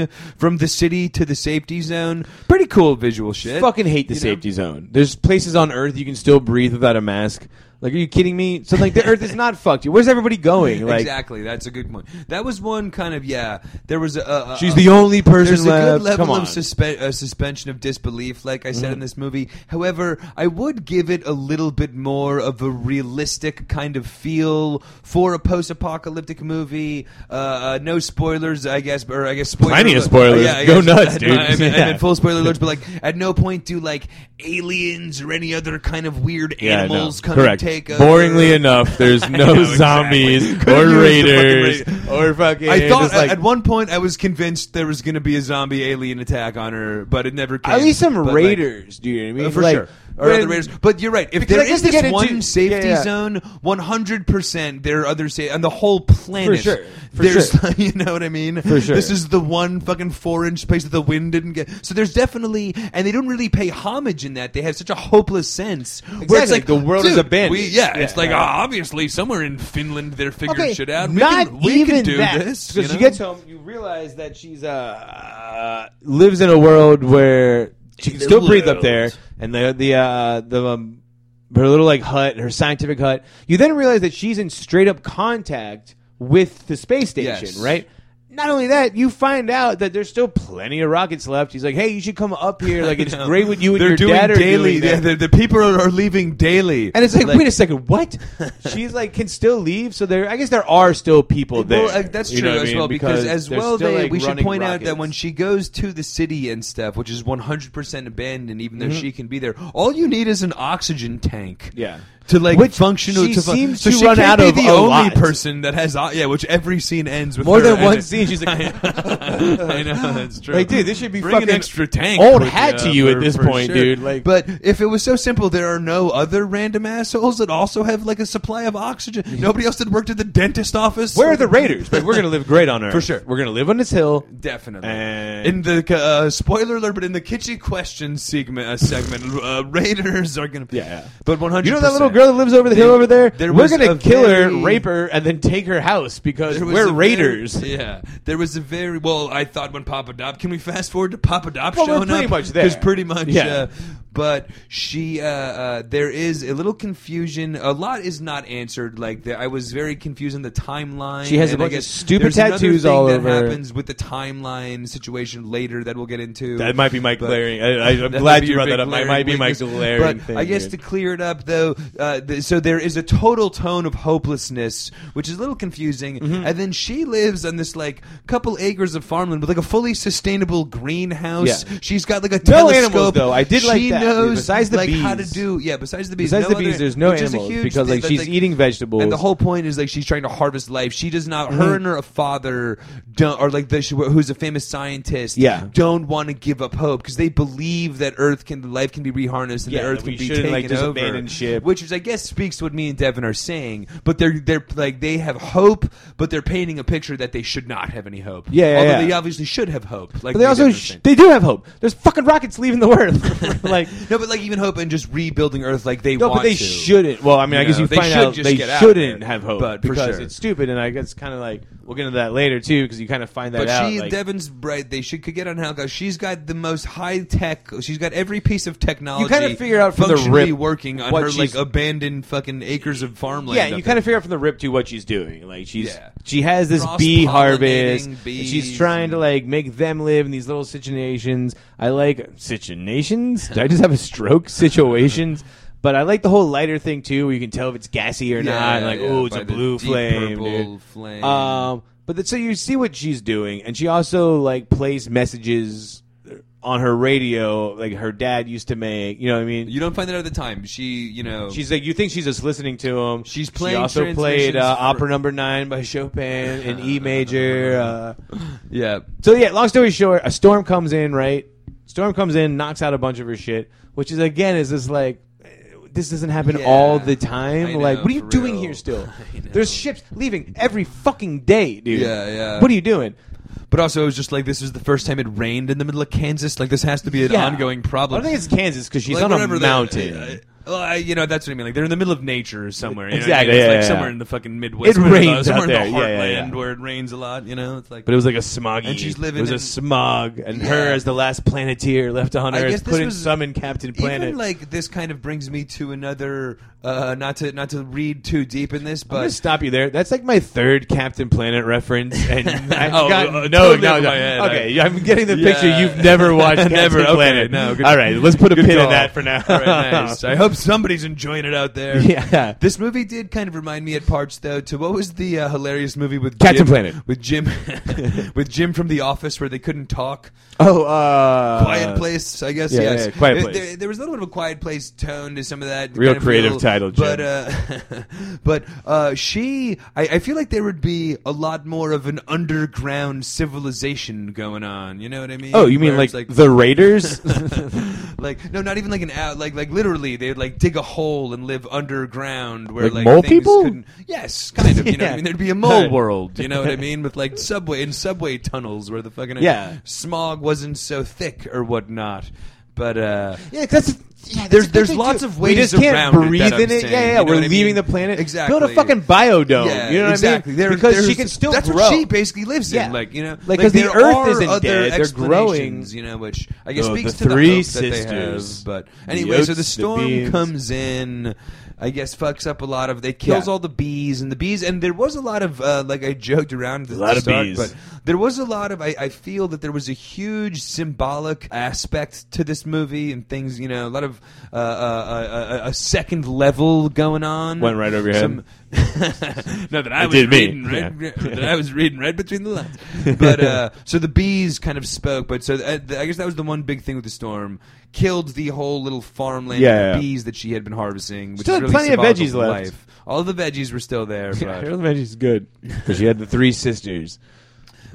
ATVing from the city to the safety zone. Pretty cool visual shit.
fucking hate the
you know?
safety zone. There's places on Earth you can still breathe without a mask. Like, are you kidding me? So like, the Earth is not fucked. Where's everybody going? Like,
exactly. That's a good one. That was one kind of yeah. There was a, a a-
she's the only person
There's
left.
a good level
Come on. Mm-hmm.
of suspe- uh, suspension of disbelief, like I said in this movie. However, I would give it a little bit more of a realistic kind of feel for a post-apocalyptic movie. Uh, uh, no spoilers, I guess, or I guess spoilers. uh,
Plenty of spoilers. Go nuts, dude.
I, mean, I
Yeah.
meant full spoiler alerts, but like at no point do like aliens or any other kind of weird
Yeah, no.
animals come
Correct.
and take over.
Boringly enough, there's no
know,
zombies
exactly.
or
Couldn't use the fucking
raiders
ra-
or fucking.
I thought
just, like,
at one point I was convinced there was going to be a zombie alien attack on her, but it never came.
at least some
But, like,
raiders. do you know what I mean?
uh, for
Like,
sure. Or
when-
other raiders, but you're right. If
Because I
there
guess
is
they
this
get into-
one safety
yeah, yeah.
zone, 100 percent there are other sa- on the whole planet.
For sure. For
there's,
sure.
you know what I mean. For
sure.
this is the one fucking four inch place that the wind didn't get. So there's definitely, and they don't really pay homage in that. They have such a hopeless sense. Where it's
Exactly.
like
The world is
dude,
abandoned.
we- yeah,
Yeah.
it's like ah, obviously somewhere in Finland they're figuring
Okay,
shit out. We
not
can, we
even
can do
that.
this.
Because
you
she
know?
gets home, you realize that she's uh lives in a world where she can
The
still breathe up
world.
there, and the the uh, the um, her little like hut, her scientific hut. You then realize that she's in straight up contact with the space station,
Yes.
right? Not only that, you find out that there's still plenty of rockets left. He's like, "Hey, you should come up here. Like, it's
No.
great what you and
They're
your
doing
dad are
daily.
doing." there."
yeah, the, the people are, are leaving daily,
and it's like, wait a second, what? She's like, can still leave. So there, I guess there are still people there.
Well, uh, that's
You
true
know what I
as
mean?
well because, as
they're
well,
still,
they,
like,
we should
running
point out that
rockets.
when she goes to the city and stuff, which is 100% abandoned, even though
Mm-hmm.
she can be there, all you need is an oxygen tank.
Yeah.
To like
Which
function
she
to fun-
seems
so
to
she
run
can't
out
be
of
the
a
only
lot.
person that has o- yeah, which every scene ends with
more
her
than
in
one
it.
scene, she's like,
I know that's true.
Like, dude, this should be
Bring an
fucking
extra tank.
old
with
hat
ya
to you at
for-
this
for
point,
sure.
dude. Like-
but if it was so simple, there are no other random assholes that also have like a supply of oxygen. Nobody else that worked at the dentist office.
"Where are the Raiders? But we're gonna live great on Earth
For sure.
We're gonna live on this hill."
Definitely.
And-
in the uh, spoiler alert, but in the kitchen question segment, uh, segment uh, Raiders are gonna.
Yeah, yeah.
But one hundred.
You know that little girl that lives over the hill over there?
there
we're
was
gonna
a
kill
very-
her, rape her, and then take her house because
There was
we're
a
Raiders.
Very, yeah, there was a very well. I thought when Papa Dob. Can we fast forward to Papa Dob
Well, we're
showing
pretty
up?
much there.
pretty much.
Yeah.
Uh, But she, uh, uh, there is a little confusion. A lot is not answered. Like the, I was very confused in the timeline.
She has a
and I
bunch of
guess
stupid
there's another
tattoos
thing
all
that
over.
Happens with the timeline situation later that we'll get into.
That might be my
But-
glaring. I, I, I'm
that
glad
might be
you
your
brought
big
that up. That
glaring
might be my
weakness.
glaring
but
thing.
I guess
dude.
to clear it up, though, uh, th- so there is a total tone of hopelessness, which is a little confusing.
Mm-hmm.
And then she lives on this like couple acres of farmland with like a fully sustainable greenhouse.
Yeah.
She's got like a
No
telescope.
animals, though. I did
she
like that.
knows
Besides the
like how to
bees.
do yeah. Besides the bees,
Besides
no
the bees,
other-
there's no
which is a
animals
huge
because
thing.
like
That's,
she's
like-
eating vegetables.
and the whole point is like she's trying to harvest life. She does not.
Mm-hmm.
Her and her father don't, or like the, she, who's a famous scientist.
Yeah.
don't want to give up hope because they believe that Earth can life can be reharnessed and
Yeah,
that Earth
that
can
we
be
shouldn't,
taken
like, just
over.
abandon ship.
Which is, I guess, speaks to what me and Devin are saying. But they're they're like they have hope, but they're painting a picture that they should not have any hope.
Yeah, yeah,
although
yeah.
they obviously should have hope.
but
Like
they
me and
also
Devin are
sh-
saying.
they do have hope. There's fucking rockets leaving the Earth. like
no, but like even hope and just rebuilding Earth, like they
no,
want
but they
to.
shouldn't. Well, I mean, I
You
guess
know,
you
they
find
should
out
just
they
get out of
shouldn't
there.
have hope
But for
because
sure.
it's stupid. And I guess kind of like we'll get into that later too because you kind of find that
But
out.
she,
like-
Devin's right. They should could get on Halco. She's got the most high tech. She's got every piece of technology.
kinda figure out from the
functionally
rip
working on
what
her like
she's-
abandoned fucking acres of farmland.
yeah, you
up
kind
there.
of figure out from the rip to what she's doing. Like she's
Yeah.
she has this bee
Cross-pollinating
harvest. and she's
bees
trying to
and-
like make them live in these little situations. I like situations. Did I just have a stroke? Situations. But I like the whole lighter thing too, where you can tell if it's gassy or
Yeah,
not. Like,
yeah,
oh, it's
by
a
the
blue
deep
flame.
purple
dude.
flame.
Um, but then, so you see what she's doing, and she also like plays messages on her radio, like her dad used to make. You know what I mean?
you don't find that at the time. She, you know,
She's like, you think she's just listening to him.
She's playing
She also played uh,
transmissions for-
Opera Number Nine by Chopin in E major. Uh,
yeah.
so yeah, long story short, a storm comes in. Right, storm comes in, knocks out a bunch of her shit, which is again is this like. eh, This doesn't happen
Yeah,
all the
I
time.
know,
like, what are you
for
doing
real.
here still?
I know.
There's ships leaving every fucking day, dude.
Yeah, yeah.
What are you doing?
But also, it was just like this is the first time it rained in the middle of Kansas. Like this has to be an
Yeah.
ongoing
I
problem.
don't think it's Kansas because she's
Like,
on
whatever
a
the-
mountain.
uh, well, I- you know that's what I mean. Like they're in the middle of nature somewhere. you know what I mean?
Exactly,
It's
yeah,
like
yeah,
somewhere
yeah.
in the fucking Midwest.
It
where
rains
the-
out
somewhere
there,
in
yeah,
the
yeah,
heartland
yeah.
where it rains a lot. You know, it's like.
But it was like a smog.
And she's living
It was a
in-
smog, and her
Yeah.
as the last planeteer left on
I
Earth
guess this
couldn't
was-
summon Captain Planet.
Even like this kind of brings me to another. Uh, not to not to read too deep in this,
I'm
but
gonna stop you there. That's like my third Captain Planet reference, and I've
Oh,
got-
uh,
no,
totally
no,
over
no.
my head.
Okay, I'm getting the
Yeah.
picture. You've never watched Captain
Never, okay,
Planet.
no, good-
All right, let's put a
Good
pin in
call.
that for now.
All right, nice. I hope somebody's enjoying it out there.
Yeah.
This movie did kind of remind me at parts, though, to what was the uh, hilarious movie with
Captain
Jim,
Planet.
with Jim with Jim from The Office where they couldn't talk.
Oh, uh,
Quiet Place, I guess.
yeah,
yes.
yeah, Quiet
There-
Place.
There, there was a little bit of a Quiet Place tone to some of that.
Real
kind of
creative
feel,
title, Jim.
but uh, but uh, she, I, I feel like there would be a lot more of an underground civilization going on. You know what I mean?
Oh, you mean
Where it's
like, the Raiders?
like no, not even like an out. Like like literally, they'd like dig a hole and live underground where
Like
like,
mole
things
people?
Couldn't, yes, kind of. You know, what
Yeah.
I mean, there'd be a mole
Right.
world. You know what I mean? With like subway and subway tunnels where the fucking
Yeah.
smog wasn't so thick or whatnot. But uh,
yeah, 'cause that's. Yeah, that's
There's-
a big
there's
thing,
lots
too.
of
we
ways
just can't
around it that
breathe
I'm
in it.
saying,
yeah, yeah,
you know
we're
what I
leaving
mean?
the planet.
Exactly.
Build a fucking biodome.
yeah,
you know what I
exactly.
mean?
There-
because she
there's-
can still
that's
grow.
what she basically lives
Yeah.
in. Like you know,
Like, 'cause the
there
Earth
are
isn't
other
dead, they're growing.
explanations, You know, which I guess
Oh,
speaks
the
to the
three
hope that they
sisters.
have. But
The
anyway, so
oats,
the
the
storm
beans.
comes in. I guess fucks up a lot of. They kills
Yeah.
all the bees and the bees. And there was a lot of uh, like I joked around. at
A lot
the
of
start,
bees.
but there was a lot of I, I feel that there was a huge symbolic aspect to this movie and things you know a lot of uh, uh, uh, uh, a second level going on
Went right over your head.
no that I
It
was
did me,
reading right that I was reading right between the lines but uh, so the bees kind of spoke but so uh, I guess that was the one big thing with the storm killed the whole little farmland
Yeah,
of
yeah.
bees that she had been harvesting which
Still
is
had
really
plenty of
symbolical
veggies
to
left.
life. all the veggies were still there but
Yeah, Harold Maggie's good because she had the three sisters.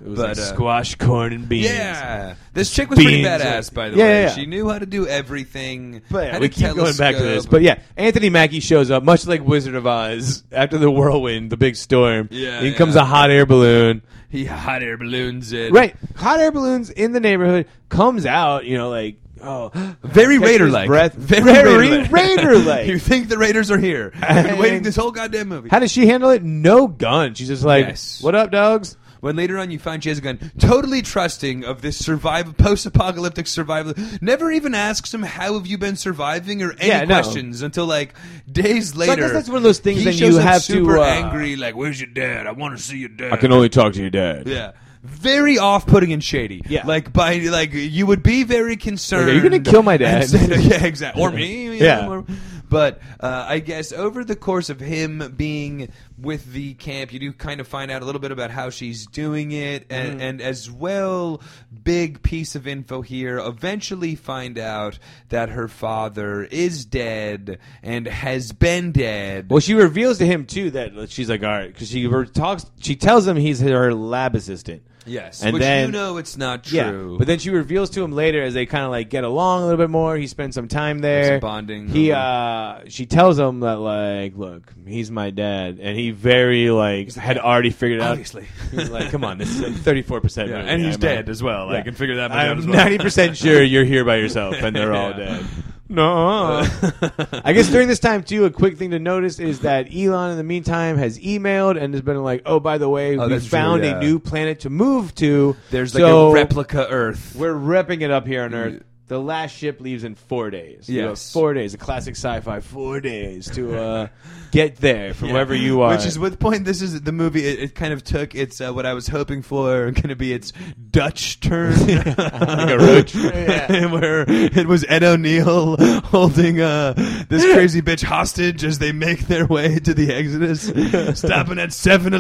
It was
But,
like
uh,
squash, corn, and beans.
Yeah, this chick was
Beans.
pretty badass, by the
Yeah,
way.
yeah, yeah.
She knew how to do everything.
But
had
yeah,
a
we keep going back to this.
telescope.
But yeah, Anthony Mackie shows up, much like Wizard of Oz, after the whirlwind, the big storm.
Yeah,
in
yeah.
comes a hot air balloon.
he hot air balloons it.
Right, hot air balloons in the neighborhood comes out. You know, like oh,
Very
catches
Raider like.
breath.
Very,
Very
Raider
Raider-like.
like. you think the Raiders are here. I've been
And-
waiting this whole goddamn movie.
How does she handle it? No gun. She's just like,
Yes.
"What up, dogs?"
When later on you find she has a gun, totally trusting of this survival, post-apocalyptic survival, never even asks him how have you been surviving or any
Yeah, no.
questions until like days later.
guess that's one of those things
he
that you
shows up
have to,
super
uh,
angry, like "Where's your dad? I want to see your dad."
only talk to your dad.
yeah. Very off-putting and shady.
Yeah.
like by like you would be very concerned.
Like, are you gonna kill my dad?
and say- yeah, exactly. Or me. you
Yeah.
know, or- but uh, I guess over the course of him being with the camp, you do kind of find out a little bit about how she's doing it, and,
Mm.
and as well, big piece of info here. Eventually, find out that her father is dead and has been dead.
Well, she reveals to him too that she's like, all right, because she re- talks. She tells him he's her lab assistant.
Yes,
and
which
then-
you know it's not
Yeah,
true.
but then she reveals to him later as they kind of like get along a little bit more. He spends some time there,
Some bonding uh-huh.
He,
over-
uh, she tells him that like, look, he's my dad, and he very like had already figured it out.
Obviously.
he's like, come on, this is thirty four percent,
Yeah, and he's dead as well. I
Yeah.
can figure that much out as
I'm
well.
ninety percent sure you're here by yourself, and they're all
Yeah.
dead. No, I guess during this time too, a quick thing to notice is that Elon, in the meantime, has emailed and has been like, "Oh, by the way, we
that's true,
found
yeah.
a new planet to move to.
There's like
So
a replica Earth.
We're repping it up here on Earth. The last ship leaves in four days. You have
Yes.
four days. A classic sci-fi. Four days to uh, get there from wherever you are.
Which is what point this is the movie. It, it kind of took its uh, what I was hoping for, going to be its Dutch turn, like
a road trip. Yeah.
where it was Ed O'Neill holding uh, this crazy bitch hostage as they make their way to the Exodus, stopping at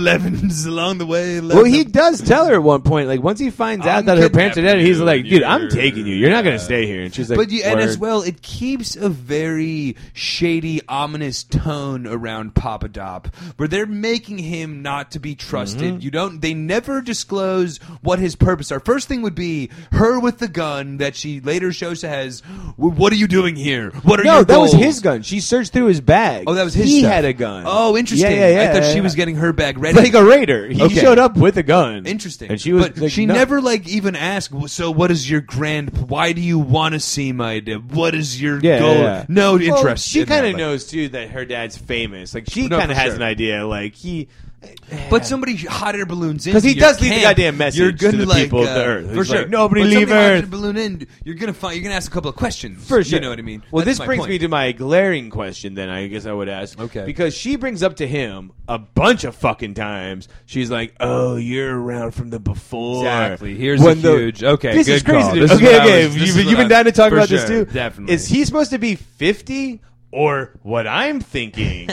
7-Elevens along the way.
well, he does tell her at one point, like once he finds out
I'm
that her parents are dead,
kidnapping
he's
you,
like,
and
"Dude, I'm
you're-
taking you. You're not going
yeah.
to stay here." And she's like,
but you, and as
"Word."
well, it keeps a very shady, ominous tone around Papa Dop, where they're making him not to be trusted.
Mm-hmm.
You don't. They never disclose what his purpose are. First thing would be her with the gun that she later shows has. "W- What are you doing here? What are
No,
your
that was
goals?"
his gun. She searched through his bag.
Oh, that was his.
He
stuff.
had a gun.
Oh, interesting.
Yeah, yeah, yeah,
I thought
yeah,
she
yeah.
was getting her bag ready.
like a raider. He
Okay.
showed up with a gun.
Interesting.
And she was.
But
like,
she
no.
never like even asked. "Well, So, what is your grand? Why do you want to see my dad? What is your
Yeah,
goal?
yeah, yeah.
No
Well,
interest.
she
in that,
kind of
like-
knows too that her dad's famous. Like she
No,
kind of
for
has
sure.
an idea. Like he.
But somebody hot air balloons in
'Cause he
your
does leave the
camp,
goddamn message
You're
to
gonna
the
like,
people of
uh,
the Earth.
for
He's
sure.
like, nobody
When
leave
something hot air
Earth.
balloon in, you're gonna find. You're gonna ask a couple of questions.
For sure.
You know what I mean?
Well, this
That's my
brings
point.
me to my glaring question. Then I guess I would ask.
Okay.
Because she brings up to him a bunch of fucking times. She's like, "Oh, you're around from the before."
Exactly. Here's a huge- okay,
This is
good call.
crazy. dude.
This is
okay,
what I
okay.
was- this
you've
is
been,
what
you've been
I-
down to talk
for
about this
sure,
too.
definitely.
Is he supposed to be fifty? Or what I'm thinking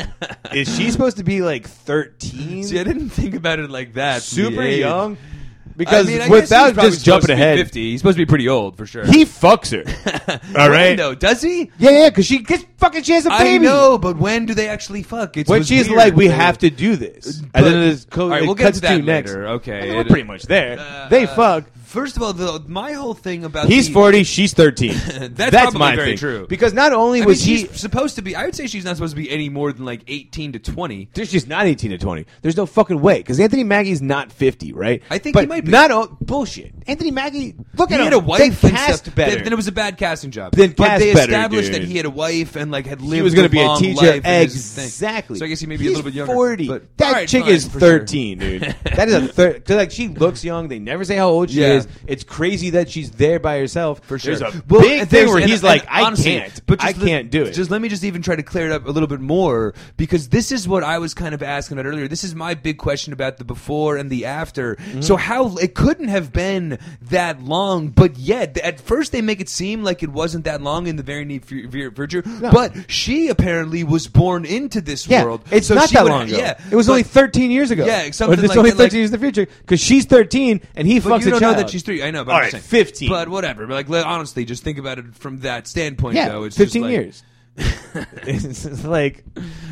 is she supposed to be like 13?
See, I didn't think about it like that. from the
super
age.
young.
I
Because
mean, I guess he's
without
probably
just jumping
supposed to be
ahead,
50. He's supposed to be pretty old for sure.
he fucks her. All right.
No, does he?
Yeah, yeah. Because she gets fucking. She has a baby.
I know, but when do they actually fuck? It's
When
was
she's
weird.
like, we
They-
have to do this,
But-
and then it's co-
all right,
it
we'll get
cuts
to that
to next.
later. Okay,
I mean, we're
it-
pretty much there.
Uh,
they
uh,
fuck.
First of all, though, my whole thing about
He's
the-
forty. She's thirteen.
That's probably
my
very
thing.
true.
Because not only
I mean,
was
she's
he,
supposed to be. I would say she's not supposed to be any more than like eighteen to twenty.
Dude, she's not 18 to 20. There's no fucking way. Because Anthony Maggie's not 50, right?
I think
but
he might be.
Not all, bullshit. Anthony Maggie, look
He
at him.
had a wife.
They
and stuff.
cast better.
Then it was a bad casting job.
Then
but
cast
they
better,
established that
dude.
he had a wife and like had lived.
was
going to
be a teacher. Exactly.
So I guess he may be
He's
a little bit younger.
Forty.
But,
that
all right,
chick
fine,
is
for sure.
thirteen, dude. that is a thir- cause like she looks young. They never say how old she
Yeah.
is. It's crazy that she's there by herself.
For sure.
There's a
Well,
big
and
thing
there's-
where
and-
he's
and
like, I
honestly,
can't.
But
I
just let-
can't do it.
Just let me just even try to clear it up a little bit more because this is what I was kind of asking about earlier. This is my big question about the before and the after.
Mm-hmm.
So how it couldn't have been that long, but yet at first they make it seem like it wasn't that long in the very near fu- fu- future. But she apparently was born into this
yeah,
world.
it's
So
not
she
that
would-
long ago.
Yeah,
it was
but-
only 13 years ago.
Yeah,
Or
something
it's
like
only
that,
13 years in the future because she's 13 and he
But
fucks
you
a
don't
child.
know that she's three. I know, but
All
I'm
right,
saying,
15.
But whatever. But like, li- honestly, just think about it from that standpoint.
yeah,
though. It's just
15
like-
years. it's just like,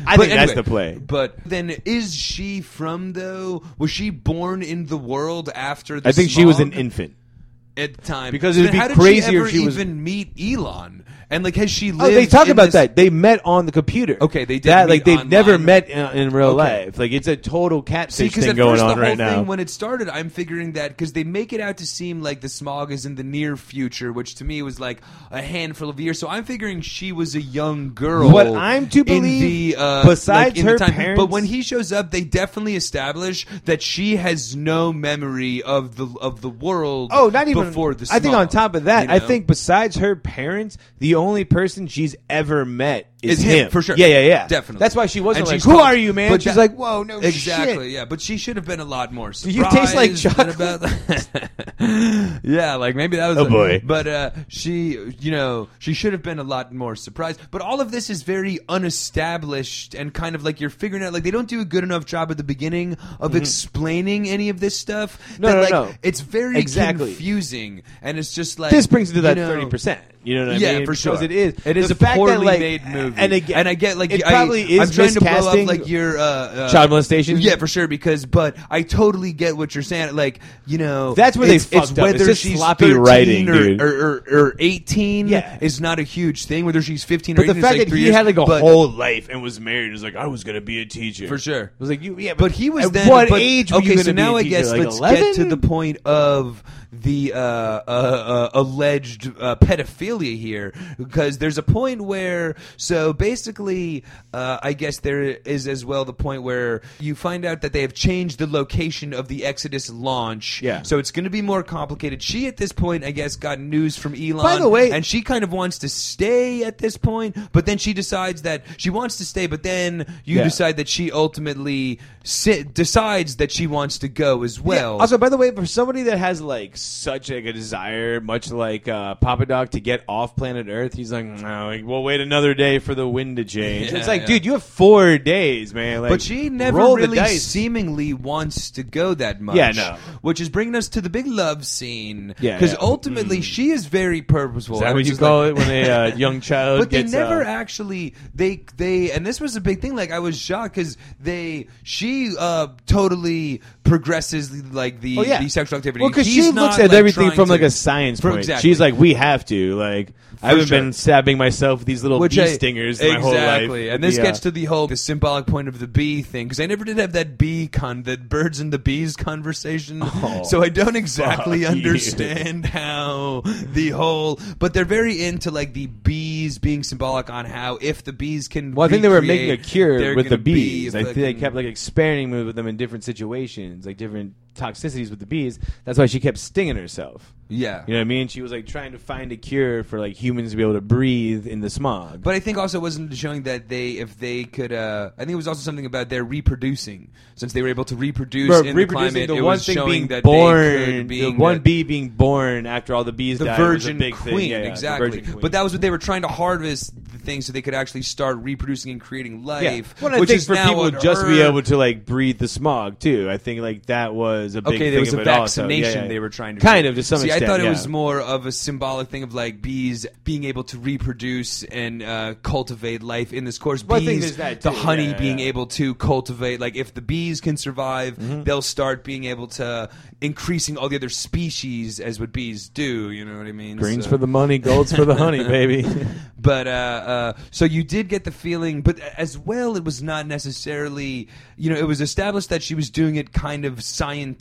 I
But
think that's
anyway,
the play.
But then, is she from though? Was she born in the world after? The
I think she was an
smog?
infant.
at the time
Because it would
Then
be
how did she
crazier
ever
if she was-
even meet Elon and like has she
Oh,
lived
they talk
in
about
this-
that. They met on the computer.
Okay, they did
That,
meet
like they've
online.
never met in, in real
Okay.
life. Like it's a total
See,
catfish
because
thing
at
going
first
on
the whole
right now.
thing when it started, I'm figuring that because they make it out to seem like the smog is in the near future, which to me was like a handful of years. So I'm figuring she was a young girl.
What I'm to
in
believe,
the, uh,
besides
like, in the
her
time-
parents-
but when he shows up, they definitely establish that she has no memory of the of the world.
Oh, not even
before the.
I
Smog,
think on top of that,
you
I
know?
think besides her parents, the only person she's ever met is,
It's him, for sure.
Yeah, yeah, yeah.
Definitely.
That's why she wasn't
And
like,
she's
"Who
called-
are you, man?"
but
she's
that-
like, "Whoa, no
exactly,
shit."
yeah. But she should have been a lot more. Surprised
You taste like
than
chocolate.
About yeah, like maybe that was.
Oh,
a-
boy.
But uh, she, you know, she should have been a lot more surprised. But all of this is very unestablished and kind of like you're figuring out. Like they don't do a good enough job at the beginning of explaining any of this stuff.
Mm-hmm. No,
that,
no,
like,
no.
It's very
Exactly.
confusing, and it's just like
This brings it to
you
that
know,
thirty percent. You know what I
yeah,
mean?
for
Because
sure.
It is.
It is
The
a
fact
poorly
that, like,
made movie,
And again,
I get like
it
I,
probably is
I'm trying to blow up
miscasting-
like your uh, uh,
Child molestation?
Yeah, for sure. Because, but I totally get what you're saying. Like, you know,
That's where they
it's,
fucked
it's
up.
whether
It's just
she's
sloppy
13
writing,
or,
dude.
Or, or, or 18
Yeah.
is not a huge thing. Whether she's 15 or
but
18
the fact
is like
that
three
he
years,
had like a
but-
whole life and was married is like, I was gonna be a teacher
for sure.
I was like, you, yeah,
But he was
at
then.
What
but-
age? Were
Okay,
you gonna
so now
be a
I
teacher?
guess
like
let's
11?
get to the point of the uh, uh, uh, alleged uh, pedophilia here, because there's a point where. So basically, uh, I guess there is as well the point where you find out that they have changed the location of the Exodus launch.
Yeah.
So it's going to be more complicated. She at this point, I guess, got news from Elon.
the way-
and she kind of wants to stay at this point, but then she decides that she wants to stay, but then you
Yeah.
decide that she ultimately si- decides that she wants to go as well.
Yeah. Also, by the way, for somebody that has like such like a desire, much like uh, Papa Doc, to get off planet Earth, he's like, no, like, we'll wait another day for the wind to change.
Yeah,
it's like,
yeah.
dude, you have four days, man. Like,
but she never
roll the
really
dice.
seemingly wants to go that much.
Yeah, no.
Which is bringing us to the big love scene.
Yeah,
Because
yeah. Mm.
ultimately she is very purposeful.
Is that what
which
you
is
call
like-
it when a uh, young child
but they
gets?
never
uh,
actually they they and this was a big thing like i was shocked because they she uh totally progresses like the,
Oh, yeah.
the sexual activity
Well, because
He's
she
not,
looks at
like,
everything
trying
from like
to-
a science
For-
point.
exactly.
She's like, we have to. Like, I haven't
sure.
been stabbing myself with these little
which
bee
I-
stingers my
exactly
whole life.
and this
The, uh,
gets to the whole the symbolic point of the bee thing because i never did have that bee con that birds and the bees conversation
Oh,
so i don't exactly
you.
understand how the whole but they're very into like the bees being symbolic on how if the bees can
Well, I think they were
recreate,
making a cure
they're
with the
gonna be
bees. I think they
fucking-
kept like experimenting with them in different situations, like different toxicities with the bees. That's why she kept stinging herself.
yeah
You know what I mean? She was like trying to find a cure for like humans to be able to breathe in the smog.
But I think also it wasn't showing that they, if they could, uh, I think it was also something about their reproducing, since they were able to reproduce
Bro,
in
reproducing
the climate.
the
it
one
was
thing
showing
being
that they
born,
could
the
being
one
that-
bee being born after all the bees
the
died
virgin
was a big
queen,
thing. Yeah, yeah, the
exactly.
virgin queen.
But that was what they were trying to harvest the thing, so they could actually start reproducing and creating
yeah.
life.
Well, I
which
think
is
for
now
people
what
to just be
her-
able to like breathe the smog too. I think like that was a big
Okay,
thing
there was a
of it also.
vaccination
Yeah, yeah.
they were trying to
kind
do.
of to some
See,
extent.
I thought it
yeah.
was more of a symbolic thing of like bees being able to reproduce and uh, cultivate life in this course.
Well, I
bees,
think there's that,
the
too.
honey
Yeah,
being
yeah. Mm-hmm.
able to cultivate. Like if the bees can survive, they'll start being able to increasing all the other species as what bees do. You know what I mean?
greens
So-
for the money, golds for the honey, baby.
but uh, uh, so you did get the feeling, but as well, it was not necessarily, you know, it was established that she was doing it kind of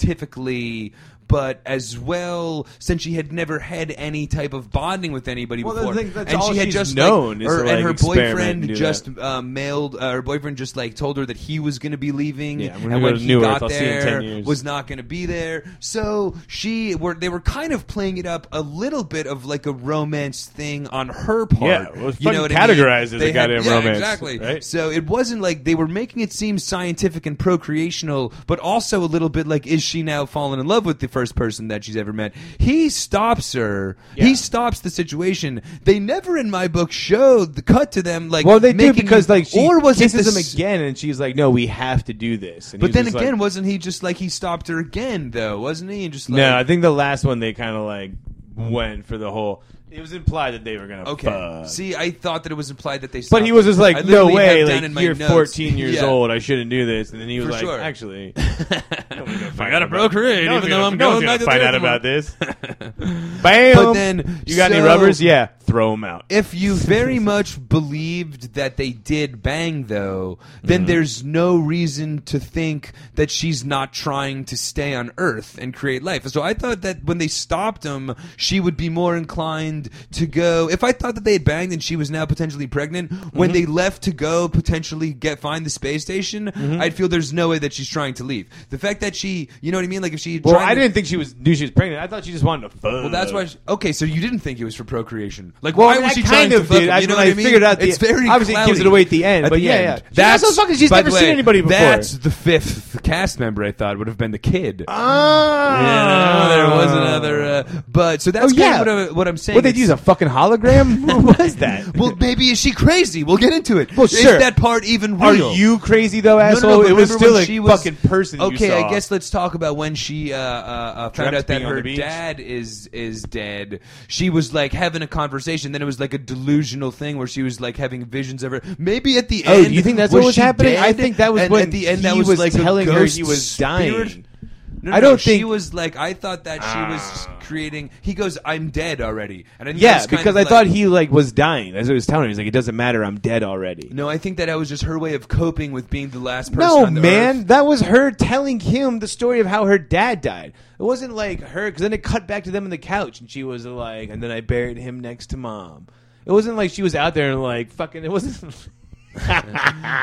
scientifically, but as well, since she had never had any type of bonding with anybody
Well, that's
before,
the thing, that's
and
all
she had
she's
just
known
like,
is
her,
to,
and
like,
her
experiment and
boyfriend
do
just uh, mailed, uh, her boyfriend just like told her that he was going to be leaving,
Yeah, I'm gonna
and
go
when
to
he
New Earth.
got
I'll see you in
there,
10 years.
was not going to be there. So she were they were kind of playing it up a little bit of like a romance thing on her part part.
Yeah, well, it's
you know
fucking
what
categorized
I
as
mean?
a
They
goddamn
yeah,
romance,
Exactly.
right?
So it wasn't like they were making it seem scientific and procreational, but also a little bit like, is she now falling in love with the first person that she's ever met? He stops her.
Yeah.
He stops the situation. They never in my book showed the cut to them like.
well, they do
making-
because like she
or was it
kisses
the
him
s-
again, and she's like, "No, we have to do this." And
But
he's
then
just
again,
like,
wasn't he just like he stopped her again though? Wasn't he? And just like,
no, I think the last one they kind of like went for the whole. It was implied that they were gonna.
Okay.
fuck.
See, I thought that it was implied that they. Stopped.
but he was just
I
like, no
literally
way,
have down in
like
my
you're
notes-
14 years
Yeah.
old, I shouldn't do this. And then he was
For
like,
sure.
actually,
I got a brokerage,
no one's gonna-
even though I'm
no one's
going
gonna
back to
find
the
out
other one.
about this. Bam.
But then,
you got any
so-
rubbers? Yeah, throw them out.
If you very much believed that they did bang, though,
Mm-hmm.
then there's no reason to think that she's not trying to stay on Earth and create life. So I thought that when they stopped him, she would be more inclined to go. If I thought that they had banged and she was now potentially pregnant,
Mm-hmm.
when they left to go potentially get find the space station,
Mm-hmm.
I'd feel there's no way that she's trying to leave. The fact that she, you know what I mean, like if she,
Well,
tried
I
to-
didn't think she was knew she was pregnant. I thought she just wanted to fuck.
Well, that's why. She, okay, so you didn't think it was for procreation? Like,
Uh, Well,
why
I
was she
kind
trying
of
to fuck
did.
him?
I-
You know
when
what
I
I mean?
figured out the-
it's very
obviously it gives
cloudy
it away at the end, but yeah, yeah. She's
That's
also fucking- she's
by
never
the
seen
way,
anybody before.
That's the fifth cast member. I thought would have been the kid.
Ah,
Yeah, there was another. Uh, but so that's
Oh, yeah.
kind of what, I, what I'm saying.
What they
It's-
use a fucking hologram? what was that?
well, maybe is she crazy? We'll get into it.
Well, sure.
Is that part even
Are
real?
you crazy though,
No, no,
asshole?
no, but
it was
remember
still
when
a
she was-
fucking person. you
Okay,
saw.
I guess let's talk about when she uh, uh, uh, found
Dreamt
out that
being on
her
the beach.
dad is is dead. She was like having a conversation. Then it was like a delusional thing where she was like having visions of her. Maybe at the
Oh,
end.
do you think that's
was
what was
she
happening?
dead?
I think that was
and
when
at the end that
he
was,
was
like a
telling her
ghost
he was
spirit?
dying.
No, no,
I don't
no, she
think- Ah.
was like. I thought that she was creating. He goes, "I'm dead already," and I think that
Yeah,
was kind
because
of
I
like-
thought he like was dying. As I was telling him, he's like, "It doesn't matter. I'm dead already."
No, I think that that was just her way of coping with being the last person.
No,
on the
man,
Earth.
that was her telling him the story of how her dad died. It wasn't like her because then it cut back to them on the couch, and she was like, "And then I buried him next to mom." It wasn't like she was out there and like fucking. It wasn't.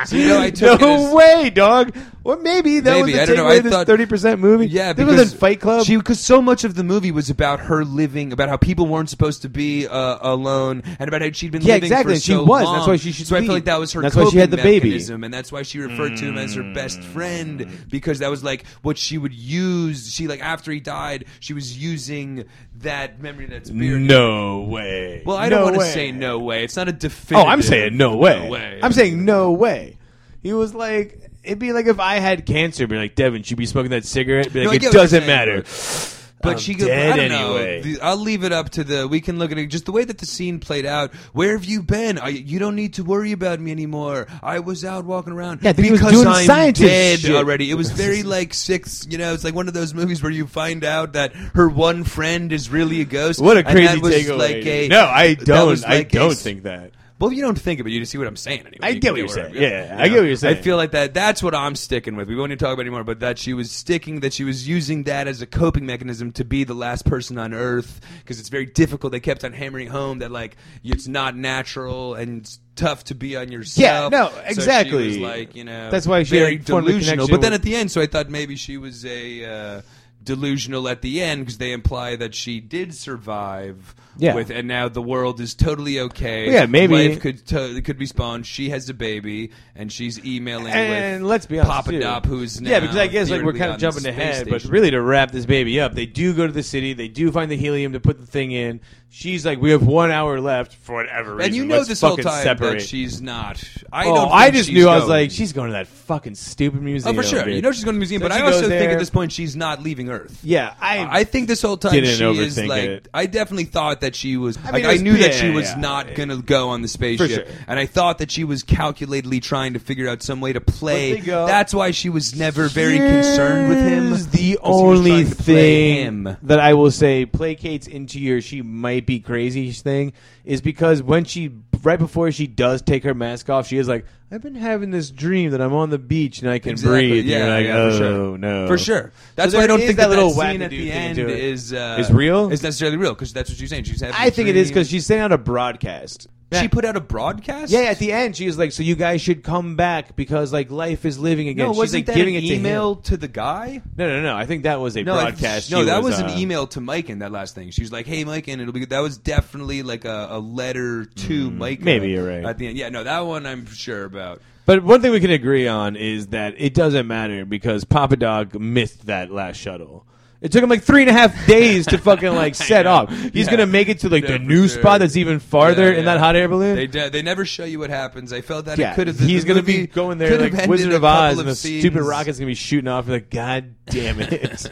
you know, I took
no
it as-
way, dog. Or maybe that
Maybe, I
was the
don't know, I
takeaway of this
thought-
thirty percent movie.
Yeah,
this
because
was in Fight Club.
She because so much of the movie was about her living, about how people weren't supposed to be uh, alone, and about how she'd been
Yeah,
living
exactly,
for
and she
so
was.
long.
That's why she should
So I
leave.
feel like that was her.
That's why she had
coping
the baby. Mm.
mechanism, and that's why she referred to him as her best friend because that was like what she would use. She like after he died, she was using that memory and that spirit.
no way.
Well, I don't
No
want to
way.
say no way. It's not a
Oh,
definitive.
I'm saying no way.
way.
I'm saying no way. He was like, it'd be like if I had cancer, be like, Devin, should be smoking that cigarette. Be
No, I
like,
get
it
what you're
doesn't
saying,
matter.
But
I'm
she goes,
dead
I don't
anyway.
know. The- I'll leave it up to the. We can look at it. Just the way that the scene played out. Where have you been? I, you don't need to worry about me anymore. I was out walking around.
Yeah, I think he was
because
doing
I'm
scientist
dead
shit.
already. It was very like six. You know, it's like one of those movies where you find out that her one friend is really a ghost.
What a
and
crazy
that was
takeaway.
Like a,
no, I
that
don't.
was
I
like a
don't
s-
think that.
Well, you don't think it, but you just see what I'm saying. Anyway,
I
You
get
can
what you're
where I'm
saying.
going.
Yeah, yeah, I get what you're saying.
I feel like that. That's what I'm sticking with. We won't even talk about it anymore. But that she was sticking. That she was using that as a coping mechanism to be the last person on Earth because it's very difficult. They kept on hammering home that like it's not natural and it's tough to be on yourself.
no,
So she was
exactly.
like you know,
That's why she
very
had formed a
delusional.
connection
But then
with-
at the end, so I thought maybe she was a. Uh, Delusional at the end because they imply that she did survive
Yeah.
with, and now the world is totally okay.
Well, yeah, maybe-
life could to- could be spawned. She has a baby, and she's emailing
And
with
let's be honest,
Papa
too.
Dop, who's now
yeah, because I guess like we're
theoretically
kind
on
of
the
jumping
space
ahead, but
station.
really to wrap this baby up, they do go to the city. They do find the helium to put the thing in. She's like, we have one hour left for whatever reason.
and you know
Let's
this whole
fucking
time
separate.
that she's not. I
oh,
don't. Think
I just
she's
knew. I was
going.
like, she's going to that fucking stupid
oh
museum.
for sure.
dude.
You know she's going to the museum,
So
but
she
I
goes
also think
there.
at this point she's not leaving Earth.
yeah, I,
I think this whole time
Didn't
she is
overthink
like
it.
I definitely thought that she was. I,
mean, it
I
was-
knew that
yeah,
she was
yeah,
not
yeah.
gonna go on the spaceship,
sure.
and I thought that she was calculatedly trying to figure out some way to play.
But they go-
That's why she was never very concerned with
Here's
him.
The
because he was
only
trying to play
thing
him.
that I will say placates into your she might be crazy thing is because when she right before she does take her mask off, she is like, I've been having this dream that I'm on the beach and I can
Exactly.
breathe. And
Yeah,
you're like,
yeah, for sure.
oh no,
For sure. That's
So
why
there
I don't
is
think
that
that,
little
that scene
wackadoo
at the
thing
end
into it.
is uh,
Is real?
Is necessarily real because that's what she's saying. She's having.
I think it is because
dreams.
she's sending out a broadcast.
she put out a broadcast.
yeah, at the end she was like, "So you guys should come back because like life is living again."
No,
She's
wasn't
like
that
giving
an
it to him.
email to the guy?
No, no, no. I think that was a
I-
broadcast.
No,
She
that
was,
was,
uh,
an email to Mike in that last thing. She was like, "Hey, Mike, and it'll be good." That was definitely like a, a letter to Mike.
Hmm,
uh,
maybe you're right.
At the end, yeah, no, that one I'm sure about.
But one thing we can agree on is that it doesn't matter because Papa Dog missed that last shuttle. It took him like three and a half days to fucking like set
know.
up. He's
Yeah.
gonna make it to like the
Yeah, for
new
sure.
spot that's even farther
Yeah,
in that
yeah.
hot air balloon.
They de- they never show you what happens. I felt that
yeah,
it could have.
he's
the
gonna be
movie
going there
could have
like
ended
Wizard
a
of Oz,
couple
and the
of scenes.
stupid rocket's gonna be shooting off. You're like, God damn it!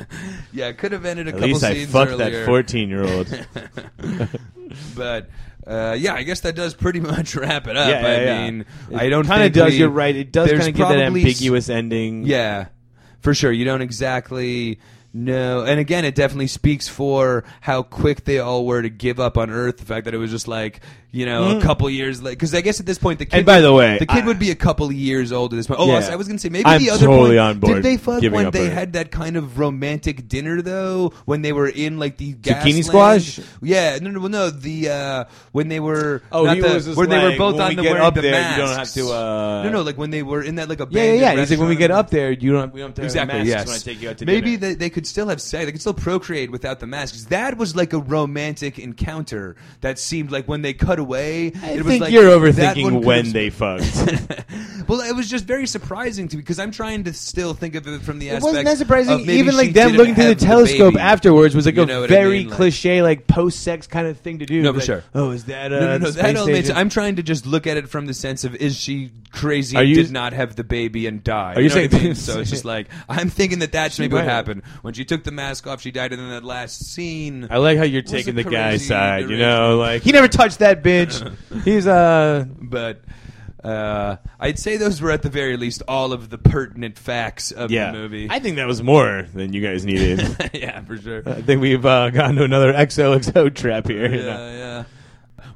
Yeah, it could have ended a
At
couple
least I
scenes
fucked that
earlier.
fourteen-year-old.
but uh, yeah, I guess that does pretty much wrap it up.
Yeah, yeah,
I
yeah.
mean,
It
I don't
kind of
think
does.
we-
you're right. It does
there's
kind of give that
probably s-
ambiguous ending.
Yeah, for sure. You don't exactly know. And again, it definitely speaks for how quick they all were to give up on Earth. The fact that it was just like you know a couple years late. Because I guess at this point, the kid
Hmm. And by the way,
the kid
I-
would be a couple years old at this point. Oh,
Yeah.
I was, I was gonna say maybe
I'm
the other
totally
point,
on board
Did they fuck
giving
when
up
they
Earth.
had that kind of romantic dinner though? When they were in like the
Zucchini
gasland?
squash?
Yeah, no, no, well, no. The uh, when they were
Oh,
not
he
the,
was just
when they were
like,
both
when
on
we
the
get
wearing
up
the
there, you don't
masks.
have to, uh,
no, no, like when they were in that like a
yeah, yeah, yeah. He's like, when we get up there, you don't. We don't have to have
Exactly.
masks
yes.
when I take you out to
Maybe
dinner.
They, they could still have sex. They could still procreate without the masks. That was like a romantic encounter that seemed like when they cut away.
I
it
think
was like,
you're
that one
overthinking
could
when
have-
they fucked.
well, it was just very surprising to me because I'm trying to still think of it from the
It
aspect.
wasn't that
of
surprising.
maybe
Even
she
like them
didn't
looking through the
have
telescope
baby.
afterwards was like
You
a
know what I
very
mean? Like-
cliche, like post-sex kind of thing to do.
No,
Like,
for sure.
Oh, is that uh,
No, no, no.
space
That all makes.
station?
I'm trying to just look at it from the sense of is she crazy?
Are
and
you-
did not have the baby and died.
Are you
know what I
saying-
mean? so? It's just like I'm thinking that that's maybe what
might have.
happened when she took the mask off. She died, and then that last scene.
I like how you're
a
taking the guy's
crazy
side. You
iteration.
know, like he never touched that bitch. He's uh.
but uh, I'd say those were at the very least all of the pertinent facts of
Yeah,
the movie.
I think that was more than you guys needed.
yeah, for sure.
I think we've uh, gotten to another XOXO trap here.
yeah, yeah.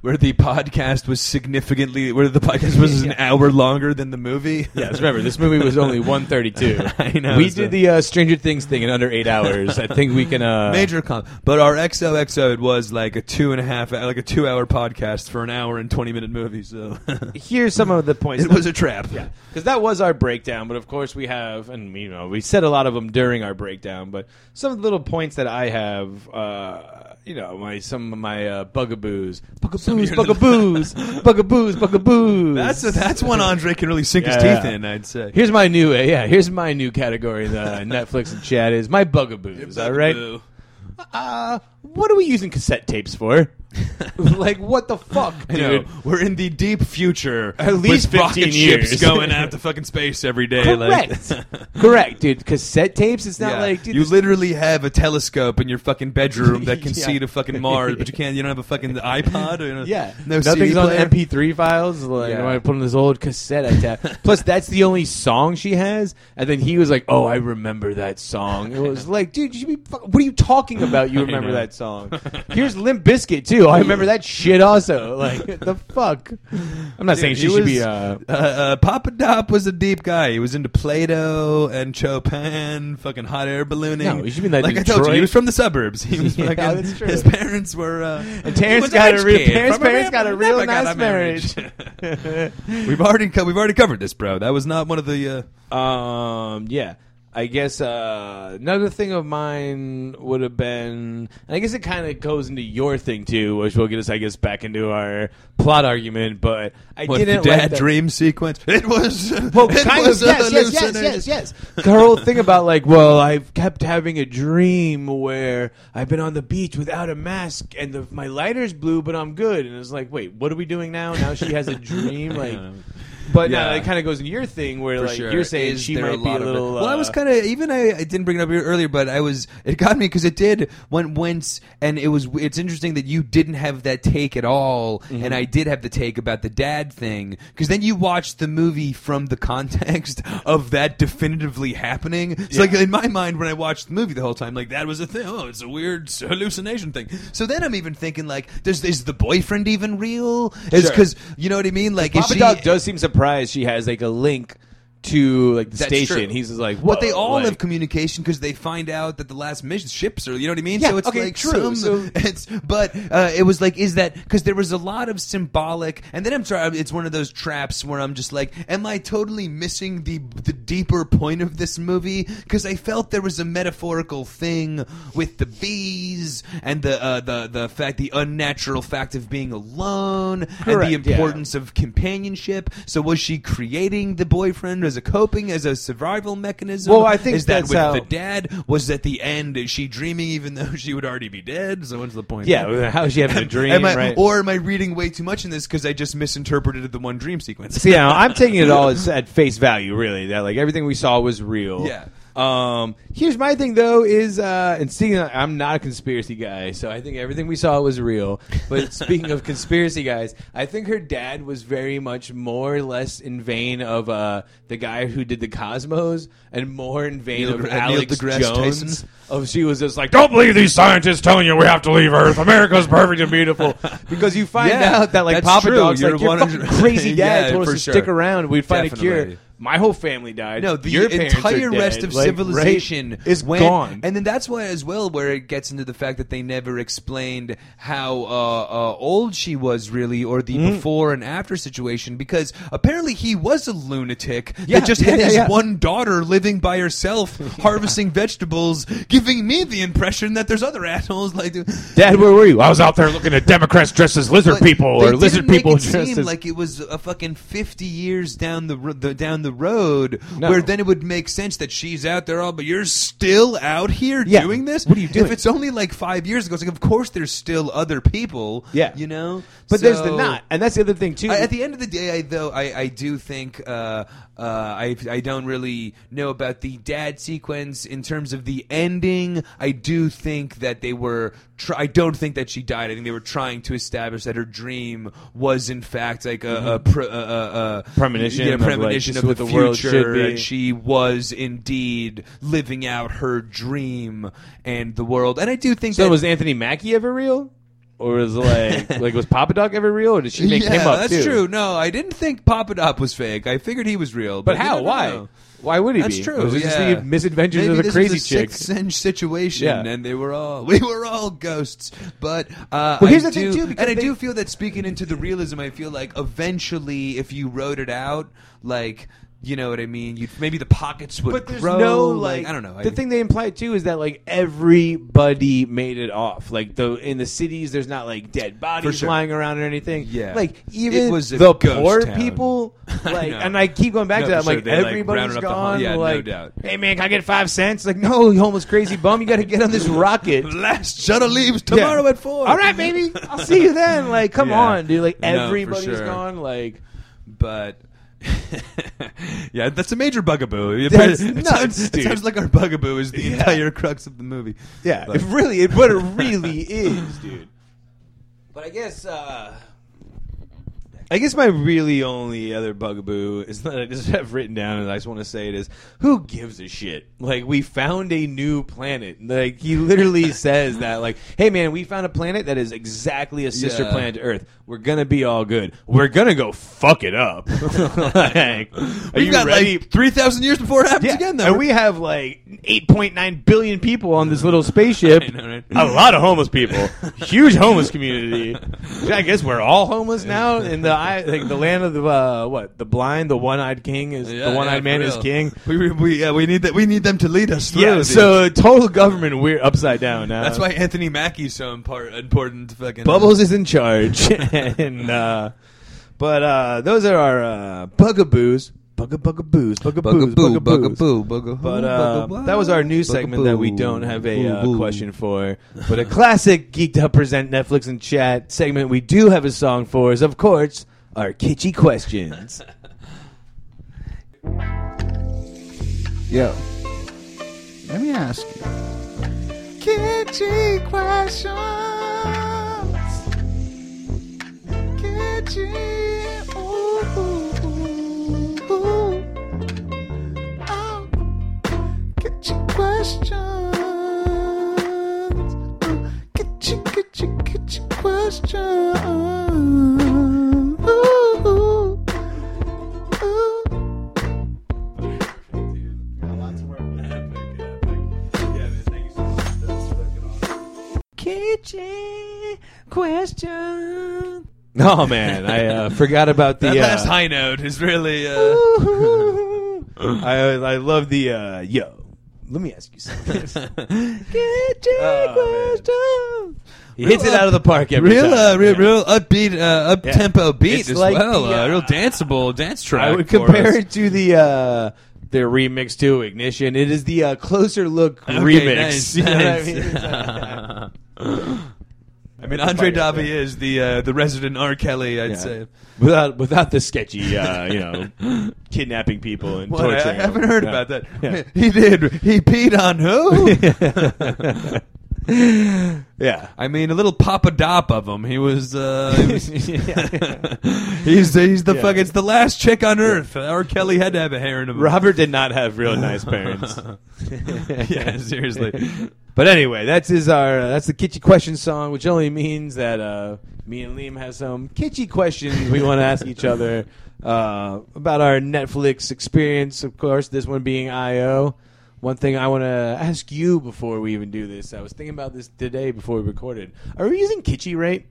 Where the podcast was significantly, where the podcast was an hour longer than the movie.
Yes, remember this movie was only 132.
I know,
We
it's a-
did the uh, Stranger Things thing in under eight hours. I think we can. Uh,
Major comp, but our XOXO it was like a two and a half, like a two-hour podcast for an hour and twenty-minute movie. So
Here's some of the points.
it was a trap. Yeah.
because that was our breakdown. But of course, we have, and you know, we said a lot of them during our breakdown. But some of the little points that I have, uh, you know, my some of my uh, bugaboos, bugaboos, bugaboos, bugaboos, bugaboos.
That's that's one Andre can really sink his
Yeah.
teeth in. I'd say.
Here's my new uh, yeah. Here's my new category. The Netflix and chat is my bugaboos. All right.
Boo.
Uh, what are we using cassette tapes for? like what the fuck,
I
dude?
know. We're in the deep future.
At least 15
with rocket
years.
ships going out to fucking space every day.
Correct,
Like,
correct, dude. Cassette tapes. It's not
Yeah.
like dude,
you
this-
literally have a telescope in your fucking bedroom that can
Yeah.
see to fucking Mars, but you can't. You don't have a fucking iPod. Or, you know,
Yeah,
no
nothing's
CD
on
player.
MP3 files. Like
Yeah.
I put on this old cassette I tap. Plus, that's the only song she has. And then he was like, "Oh, I remember that song." It was like, dude, you should be. Fuck- what are you talking about? You remember
know.
that song? Here's Limp Biscuit too. I remember that shit also. Like the fuck. I'm not saying
Dude,
she
he
should
was-
be. Uh,
Uh, uh, Papa Dop was a deep guy. He was into Play-Doh and Chopin, fucking hot air ballooning.
No, he should be in that
like I told you,
Detroit-
he was from the suburbs. He was
Yeah,
fucking.
that's true.
His parents were. Uh,
and
he
Terrence
was
got
rich
a real.
kid
Terrence
from a
parents got a
never
real
got
nice
a
marriage.
We've already co- we've already covered this, bro. That was not one of the. Uh,
Um, yeah. I guess uh, another thing of mine would have been, and I guess it kind of goes into your thing too, which will get us, I guess, back into our plot argument. But I
what, the
didn't
dad
like that-
dream sequence. It was.
Well,
it
kind of,
was a
yes, yes, yes,
hallucination.
yes, yes. The whole thing about like, well, I've kept having a dream where I've been on the beach without a mask and the, my lighter's blue, but I'm good. And it's like, wait, what are we doing now? Now she has a dream, like. But
Yeah.
now it kind of goes into your thing where
For
like
sure.
you're saying
Is
she
there
might be a
lot of it?
little.
Well, I was
uh,
kind of even. I, I didn't bring it up here earlier, but I was. It got me because it did when once, and it was. It's interesting that you didn't have that take at all,
Mm-hmm.
and I did have the take about the dad thing because then you watched the movie from the context of that definitively happening. It's like in my mind when I watched the movie the whole time, like that was a thing. Oh, it's a weird hallucination thing. So then I'm even thinking like, does is the boyfriend even real? Is
Sure.
because you know what I mean? Like, is
Papa
she-
Doc does seem surprised she has like a link to like the
That's
station.
true.
He's just like,
But they
"Whoa,"
all
like-
have communication because they find out that the last mission ships are. You know what I mean?
Yeah,
so it's
okay,
like
true,
Some,
so-
it's but uh, it was like is that because there was a lot of symbolic, and then I'm sorry, it's one of those traps where I'm just like, am I totally missing the the deeper point of this movie? Because I felt there was a metaphorical thing with the bees and the uh, the the fact, the unnatural fact of being alone,
Correct,
and
yeah.
the importance of companionship. So was she creating the boyfriend or as a coping, as a survival mechanism?
Well, I think
is that
that's
with
how-
the dad? Was at the end? Is she dreaming even though she would already be dead? So what's the point?
Yeah, how is she having a dream?
Am I,
right?
Or am I reading way too much in this because I just misinterpreted the one dream sequence?
So, you know, I'm taking it all as, at face value, really. That like everything we saw was real.
Yeah.
Um. Here's my thing, though, is uh, and seeing that I'm not a conspiracy guy, so I think everything we saw was real. But speaking of conspiracy guys, I think her dad was very much more or less in vain of uh, the guy who did the Cosmos, and more in vain
Neil
of
deGra- Neil
Alex
deGrasse
Jones.
Tyson?
Of she was just like,
Don't believe these scientists telling you we have to leave Earth. America's perfect and beautiful.
because you find
Yeah,
out that like
that's
Papa
true.
Dog's
You're
like your
100
fucking crazy dad
Yeah,
told us
for
to
sure.
stick around. We'd find a
Definitely.
cure. My whole family died.
No, the
Your parents
entire
are dead.
rest of
Like, right?
civilization
is
went-
gone.
and then that's why, as well, where it gets into the fact that they never explained how uh, uh, old she was really, or the
Mm.
before and after situation, because apparently he was a lunatic
Yeah,
that just
yeah,
had
yeah,
his
yeah.
one daughter living by herself, harvesting vegetables, giving me the impression that there's other assholes like.
Dad, where were you?
I was out there looking at Democrats dressed as lizard
But
people
they
or
didn't
lizard
make
people
it
dressed
seem
as.
like it was a fucking 50 years down the, ro- the down the road
No.
where then it would make sense that she's out there all but you're still out here
Yeah.
doing this
What are you doing?
if it's only like 5 years ago it's like of course there's still other people
Yeah.
you know
But there's the
So-
not, and that's the other thing too.
I, at the end of the day, I, though, I, I do think uh, uh, I, I don't really know about the dad sequence in terms of the ending. I do think that they were. Tr- I don't think that she died. I think they were trying to establish that her dream was, in fact, like a, a, pre- a, a, a
Premonition
yeah,
of, like,
premonition
this
of,
is what
the,
the world
future,
should be.
and she was indeed living out her dream and the world. And I do think
so
that
was Anthony Mackie ever real, or was like like was Papa Dog ever real, or did she make him up
that's
too?
true. No, I didn't think Papadop was fake. I figured he was real. But,
But
you
how?
never
Why?
know.
Why would he
That's
be?
true.
Was it just
yeah.
the misadventures
Maybe
of the
this
crazy
was a
chick?
Sixth sense situation,
Yeah.
and they were all we were all ghosts. But uh,
Well, here's
I
the thing,
do-
too, because
and I
they-
do feel that speaking into the realism, I feel like eventually, if you wrote it out, like you know what I mean, you maybe the pockets would
but there's
grow.
no
like,
like,
I don't know.
The
I-
thing they imply too is that like everybody made it off. Like the in the cities, there's not like dead bodies
sure.
lying around or anything.
Yeah.
like even
It was a
the
ghost
poor
town.
people.
I
Like,
know.
and I keep going back
No,
to that.
for
I'm like
sure. They, like,
everybody's
rounded up the whole-
gone.
yeah, no
like,
doubt.
Hey man, can I get five cents? Like, no, you homeless crazy bum, you got to get on this rocket.
last shuttle leaves
Yeah.
tomorrow at four.
All right, baby. I'll see you then. Like, come
Yeah.
on, dude. Like
No, for
everybody's
sure.
gone. Like.
but yeah, that's a major bugaboo. It,
That's
it
nuts,
sounds, it
dude.
sounds like our bugaboo is the entire crux of the movie.
Yeah,
But-
it really, it, what it really is, dude. But I guess, uh, I guess my really only other bugaboo is that I just have written down, and I just want to say it is: who gives a shit? Like, we found a new planet. Like, he literally says that, like, hey man, we found a planet that is exactly a sister
Yeah.
planet to Earth. We're gonna be all good. We're gonna go fuck it up. like, are
We've
you
got
ready?
like three thousand years before it happens
Yeah,
again,
and
though.
we have like 8.9 billion people on this little spaceship.
I know, right?
A lot of homeless people, huge homeless community. I guess we're all homeless now in the eye, like the land of the uh, what? The blind, the one-eyed king is
Yeah,
the one-eyed
yeah,
man
for
is
real.
king.
We, we, we, yeah, we need that. We need them to lead us through. uh,
Yeah,
dude.
so total government we're upside down now.
that's why Anthony Mackie's so impar- important. Fucking
Bubbles is in charge, and uh, but uh, those are our uh, bugaboos, bugga bugaboos, bugaboos,
Bugaboo,
bugaboos.
bugaboo, bugaboo.
But uh,
bugaboo.
that was our news segment that we
Bugaboo.
don't have a uh,
Boo-boo.
question for. But a classic Geeked Up Present Netflix and Chat segment we do have a song for is, of course, our kitschy questions.
Yo, let me ask you. Kitschy questions. Kitschy. Ooh, ooh, ooh. Oh, kitschy questions. Ooh, Kitschy, kitschy, kitschy questions. Ooh, ooh, ooh.
oh, man. I uh, forgot about the.
That
uh,
last high note is really. Uh,
I, I love the. Uh, yo, let me ask you something.
Get your
Oh, man.
questions.
He hits it out of the park every
Real,
time.
uh, real,
Yeah.
real upbeat, uh, up tempo beat
It's
as
like
well.
the,
uh, real
uh,
danceable dance track.
I would
for us.
compare it to the uh, their remix to Ignition. It is the uh, closer look
Okay,
remix.
nice,
You know what
nice.
I mean? It's uh, like
I mean, Andre
Fuck it.
Dabi is the uh, the resident R. Kelly, I'd
Yeah.
say.
uh, without without the sketchy, uh, you know, kidnapping people and
What? I- I
torturing.
haven't
them.
heard
Yeah.
about that.
Yeah.
He did. He peed on who?
yeah.
I mean, a little Papa Dop of him. He was. Uh, he was- he's he's the
Yeah.
fuck. It's the last chick on earth. R. Kelly had to have a hair in him.
Robert did not have real nice parents.
yeah, seriously.
But anyway, that's his our uh, that's the kitschy question song, which only means that uh, me and Liam have some kitschy questions we want to ask each other uh, about our Netflix experience. Of course, this one being IO. One thing I want to ask you before we even do this, I was thinking about this today before we recorded. Are we using kitschy right?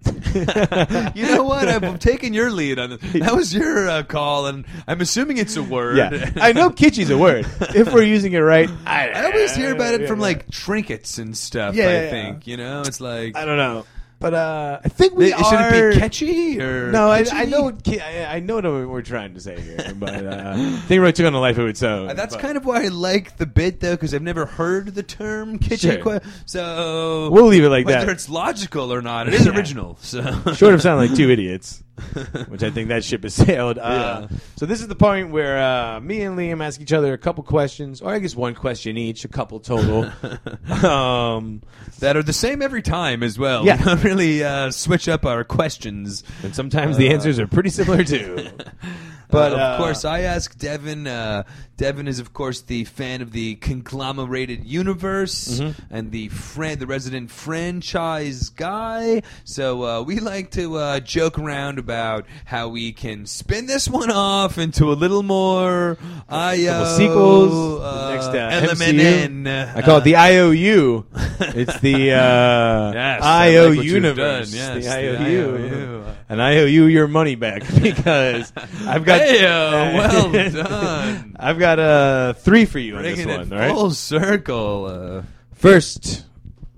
you know what? I've, I'm taking your lead on this. That was your uh, call, and I'm assuming it's a word.
yeah, I know kitschy's a word. If we're using it right, I,
I always hear about it
Yeah,
from
yeah.
like trinkets and stuff.
Yeah,
I
yeah, yeah.
think you know. It's like
I don't know, but uh, I think we
It- should it be
are-
catchy or
No, I, I
kitschy?
know. what ki- I, I know what we're trying to say here, but uh, I think really took on a life of its own.
Uh, That's kind of why I like the bit though, because I've never heard the term kitschy.
Sure.
que- so
We'll leave it like
whether
that.
it's logical or not, it is
Yeah.
original. So
short of sounding like two idiots, which I think that ship has sailed. Uh,
Yeah.
So this is the point where uh, me and Liam ask each other a couple questions, or I guess one question each, a couple total. um,
that are the same every time as well.
Yeah.
we don't really uh, switch up our questions.
and sometimes the
Uh.
answers are pretty similar too. But
Uh, of
uh,
course, I asked Devin. Uh, Devin is, of course, the fan of the conglomerated universe
Mm-hmm.
and the friend, the resident franchise guy. So uh, we like to uh, joke around about how we can spin this one off into a little more IO
sequels,
uh,
the next uh,
LMNN.
MCU. I call it the IOU. it's the uh,
Yes, I
IOU
like what you've
universe.
done. Yes,
the
the
IOU.
IOU.
And I owe you your money back because I've got.
Hey-o, well done.
I've got uh, three for you on
Bringing
this
it
one. all
full
right?
circle. Uh,
First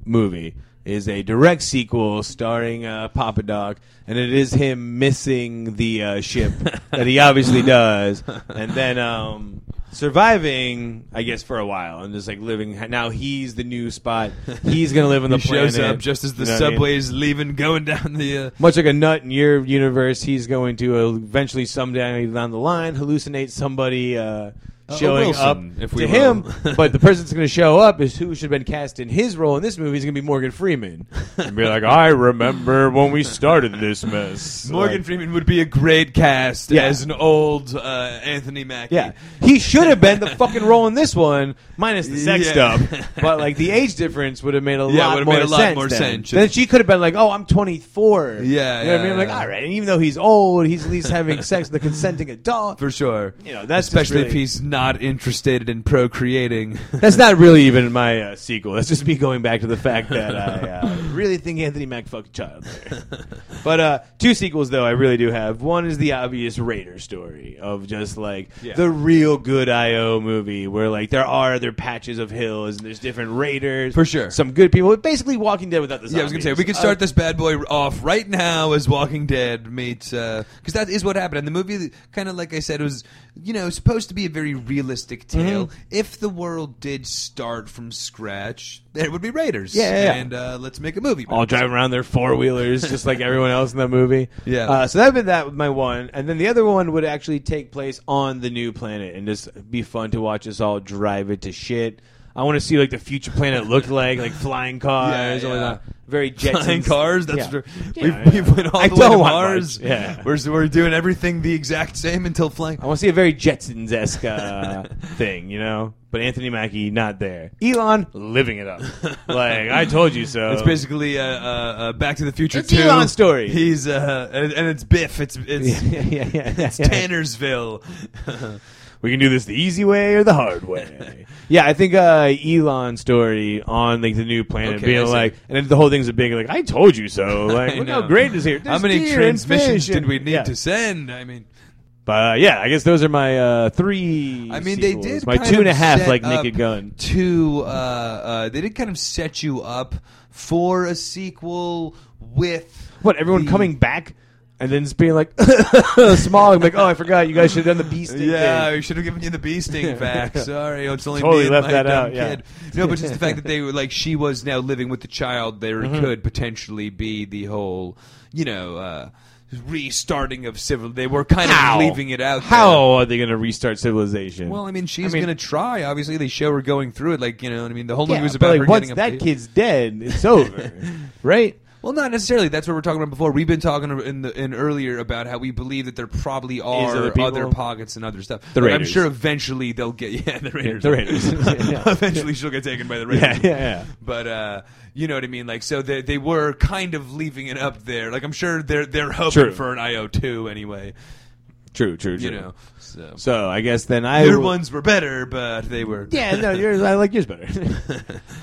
movie is a direct sequel starring uh, Papa Doc, and it is him missing the uh, ship that he obviously does, and then um, surviving, I guess, for a while, and just like living. Now he's the new spot. He's gonna live on the
he
planet.
shows up just as the
You know what I mean?
subway's leaving, going down the. Uh,
Much like a nut in your universe, he's going to eventually someday down the line hallucinate somebody uh,
Uh,
showing
Wilson,
up
if we
to
will.
him. but the person that's going to show up is who should have been cast in his role in this movie is going to be Morgan Freeman. And be like, I remember when we started this mess.
Morgan
Like,
Freeman would be a great cast
Yeah.
as an old uh, Anthony Mackie.
Yeah, he should have been the fucking role in this one, minus the sex
Yeah.
stuff. But like the age difference would have made a
Yeah,
lot
would have
more
made a lot
sense.
more
then.
sense.
Then she could have been like, "Oh, I'm 24."
Yeah,
you know what I
yeah,
mean. I'm like,
yeah.
all right, and even though he's old, he's at least having sex with a consenting adult.
for sure.
you know, that's
Especially
especially
if he's not interested in procreating.
That's not really even my uh, sequel. That's just me going back to the fact that I uh, really think Anthony Mack fucked a child. There. But uh, two sequels though, I really do have. One is the obvious Raider story of just like
Yeah.
the real good IO movie, where like there are other patches of hills and there's different Raiders
For sure.
Some good people, basically Walking Dead without the zombies. Uh,
yeah, I was gonna say we could start this bad boy off right now as Walking Dead meets because that is what happened. And the movie, kind of like I said, was you know supposed to be a very realistic tale.
Mm-hmm.
If the world did start from scratch, there would be Raiders.
Yeah, yeah, yeah.
and uh, let's make a movie. about
all
it.
driving around their four wheelers, just like everyone else in that movie.
Yeah.
Uh, so that'd be that with my one, and then the other one would actually take place on the new planet, and just be fun to watch us all drive it to shit. I want to see like the future planet look like, like flying cars,
Yeah,
all
yeah.
that. very Jetsons.
flying cars. That's
Yeah.
true.
Yeah,
we've,
yeah.
we've went all
I
the way
don't
to
want
Mars.
much. Yeah. Oh.
we're, we're doing everything the exact same until flying.
I want to see a very Jetsons esque uh, thing, you know. But Anthony Mackie not there. Elon living it up. like I told you so.
It's basically uh, uh, uh, Back to the Future
It's
Two.
Elon story.
He's uh, and, and it's Biff. It's it's
yeah, yeah, yeah,
it's
yeah.
Tannersville.
We can do this the easy way or the hard way. yeah, I think uh, Elon story on like the new planet
Okay, I
being
see.
like, and then the whole thing's a big like, I told you so. Like,
I
look
know.
how great it is here.
How
There's
many
deer and
transmissions
fish and-
did we need
yeah.
to send? I mean,
But uh, yeah, I guess those are my uh, three.
I mean, they
sequels.
did
my
kind
two and a
of
half,
set
like
up
Naked Gun.
To uh, uh, they did kind of set you up for a sequel with
What everyone
the-
coming back and then just being like small, like oh, I forgot you guys should have done the beast.
Yeah, we should have Oh, given you the bee sting back. Sorry, it's only
Totally
me and
left
my
that
dumb
out, yeah.
kid. No, but just the fact that they were like she was now living with the child. There
Mm-hmm.
could potentially be the whole, you know, uh, restarting of civil. They were kind
How?
of leaving it out. there.
How are they going to restart civilization?
Well, I mean, she's
mean-
gonna try. Obviously, they show her going through it. Like you know, what I mean, the whole movie
Yeah,
was
but,
about
like,
her
once
getting
that
up to-
kid's dead, it's over, right?
Well, not necessarily. That's what we we're talking about before. We've been talking in the in earlier about how we believe that there probably are
other
other,
people?
pockets and other stuff.
The
Like, I'm
Raiders.
sure eventually they'll get yeah the Raiders.
the Raiders. Yeah.
eventually she'll get taken by the Raiders.
Yeah, yeah, yeah.
But uh, you know what I mean. Like so, they, they were kind of leaving it up there. Like I'm sure they're they're hoping
True.
for an IO two anyway.
True, true, true.
You know. So
So I guess then I
their
will-
ones were better, but they were
Yeah, no, yours. I like yours better.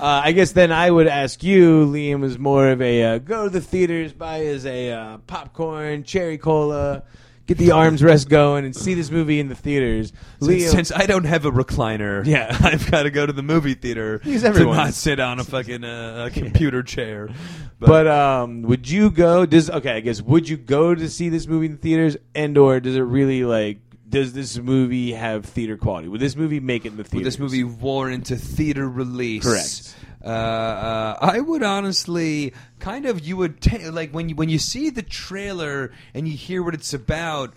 uh, I guess then I would ask you. Liam was more of a uh, go to the theaters, buy us a uh, popcorn, cherry cola, get the arms rest going, and see this movie in the theaters. Liam,
Since, since I don't have a recliner,
Yeah.
I've got to go to the movie theater
Use
to
everyone's.
not sit on a fucking uh, a computer chair.
but um, would you go? Does okay? I guess would you go to see this movie in the theaters, and or does it really like? Does this movie have theater quality? Would this movie make it in the theaters?
would this movie warrant a theater release?
Correct.
Uh, uh, I would honestly kind of you would ta- like when you when you see the trailer and you hear what it's about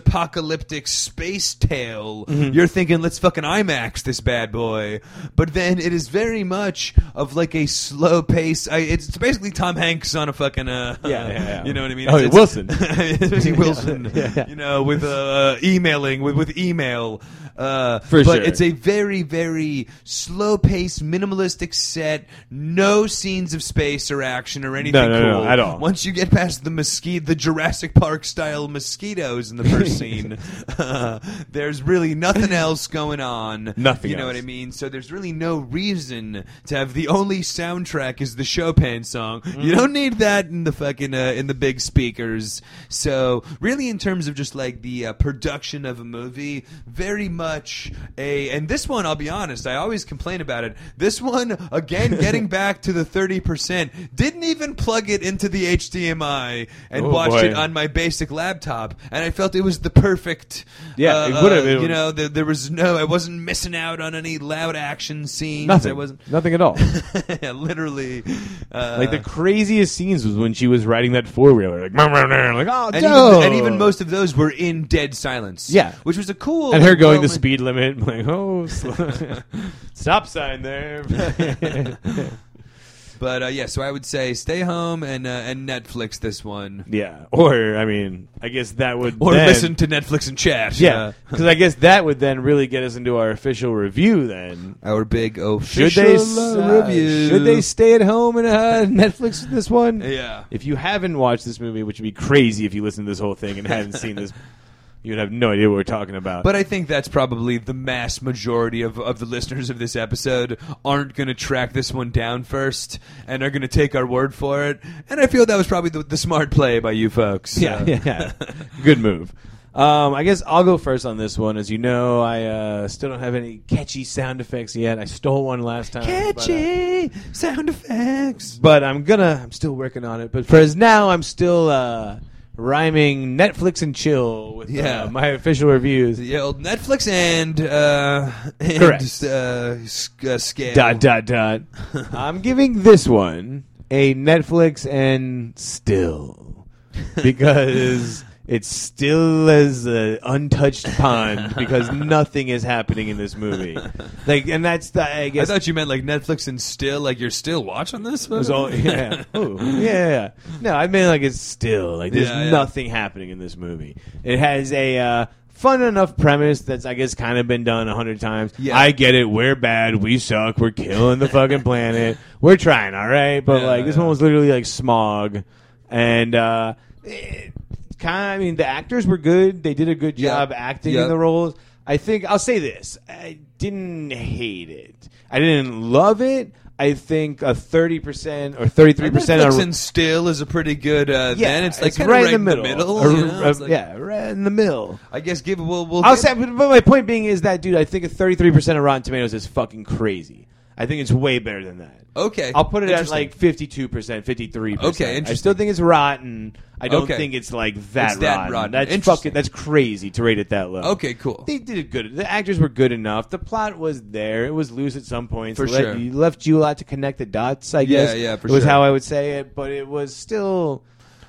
post-apocalyptic space tale
Mm-hmm.
you're thinking let's fucking IMAX this bad boy but then it is very much of like a slow pace I, it's basically Tom Hanks on a fucking uh,
Yeah, yeah, yeah.
you know what I mean
Oh,
It's-
Wilson.
it's basically Wilson
Yeah, yeah.
you know with uh, emailing with with email uh,
For
but
sure.
it's a very, very slow paced, minimalistic set. No scenes of space or action or anything
no, no,
cool
at all.
Once you get past the mosquito, the Jurassic Park style mosquitoes in the first scene, uh, there's really nothing else going on.
Nothing
You know what
else.
I mean? So there's really no reason to have the only soundtrack is the Chopin song.
Mm-hmm.
You don't need that in the fucking uh, in the big speakers. So really, in terms of just like the uh, production of a movie, very much a. And this one, I'll be honest, I always complain about it. This one, again, getting back to the thirty percent, didn't even plug it into the HDMI and
Oh,
watched
boy.
it on my basic laptop, and I felt it was the perfect.
Yeah,
uh,
it would've-
uh,
it
you
was-
know, there, there was no. I wasn't missing out on any loud action scenes. I
nothing.
wasn't.
Nothing at all.
literally. Uh,
Like the craziest scenes was when she was riding that four wheeler, like, "Meow, meow, meow," like oh,
and,
dope.
even, and even most of those were in dead silence.
Yeah.
which was a cool.
and her going the
moment.
speed limit, like oh, slow. stop sign there.
But uh, yeah, so I would say stay home and uh, and Netflix this one,
yeah, or I mean, I guess that would
or
then-
listen to Netflix and chat.
Yeah,
uh,
because I guess that would then really get us into our official review. Then
our big official
should they s-
uh, review.
should they stay at home and uh, Netflix this one?
Yeah.
If you haven't watched this movie, which would be crazy if you listened to this whole thing and hadn't seen this, you'd have no idea what we're talking about.
But I think that's probably the mass majority of, of the listeners of this episode aren't going to track this one down first and are going to take our word for it. And I feel that was probably the, the smart play by you folks.
yeah,
Uh,
yeah, yeah. good move. Um, I guess I'll go first on this one. As you know, I uh, still don't have any catchy sound effects yet. I stole one last time. but, uh,
Catchy sound effects.
but I'm gonna. I'm still working on it. But for as now, I'm still uh, rhyming Netflix and chill with uh,
Yeah.
my official reviews.
The old Netflix and uh, and
Correct.
Uh, sc- uh, scale.
Dot dot dot. I'm giving this one a Netflix and still because. It's still as an untouched pond because nothing is happening in this movie. Like, and that's the I
I
guess
thought you meant like Netflix and still like you're still watching this.
It was all yeah. Oh, yeah, yeah, yeah. No, I mean like it's still like there's
Yeah, yeah.
nothing happening in this movie. It has a uh, fun enough premise that's I guess kind of been done a hundred times.
Yeah.
I get it. We're bad. We suck. We're killing the fucking planet. We're trying, all right. But
Yeah,
like this
yeah.
one was literally like smog, and uh, it, kind. I mean the actors were good. They did a good
Yeah.
job acting
Yeah.
in the roles. I think I'll say this. I didn't hate it. I didn't love it.
I think a thirty percent or thirty three percent
Netflix
are
and still is a pretty good. Uh,
yeah,
then it's like kinda
right in the middle. Or-
you know?
or-
It's like-
yeah, right in the middle.
I guess give we'll we'll
I'll
give-
say, but but my point being is that, dude, I think a 33% of Rotten Tomatoes is fucking crazy. I think it's way better than that.
okay.
I'll put it at
Interesting.
like 52%, 53%.
Okay,
I
interesting.
still think it's rotten. I don't
Okay.
think it's like that
It's that
rotten.
rotten.
That's
Interesting.
fucking that's crazy to rate it that low.
okay, cool.
They did it good. The actors were good enough. The plot was there. It was loose at some points.
For
Let-
sure.
You left you a lot to connect the dots, I guess.
yeah, for
It was
sure.
how I would say it, but it was still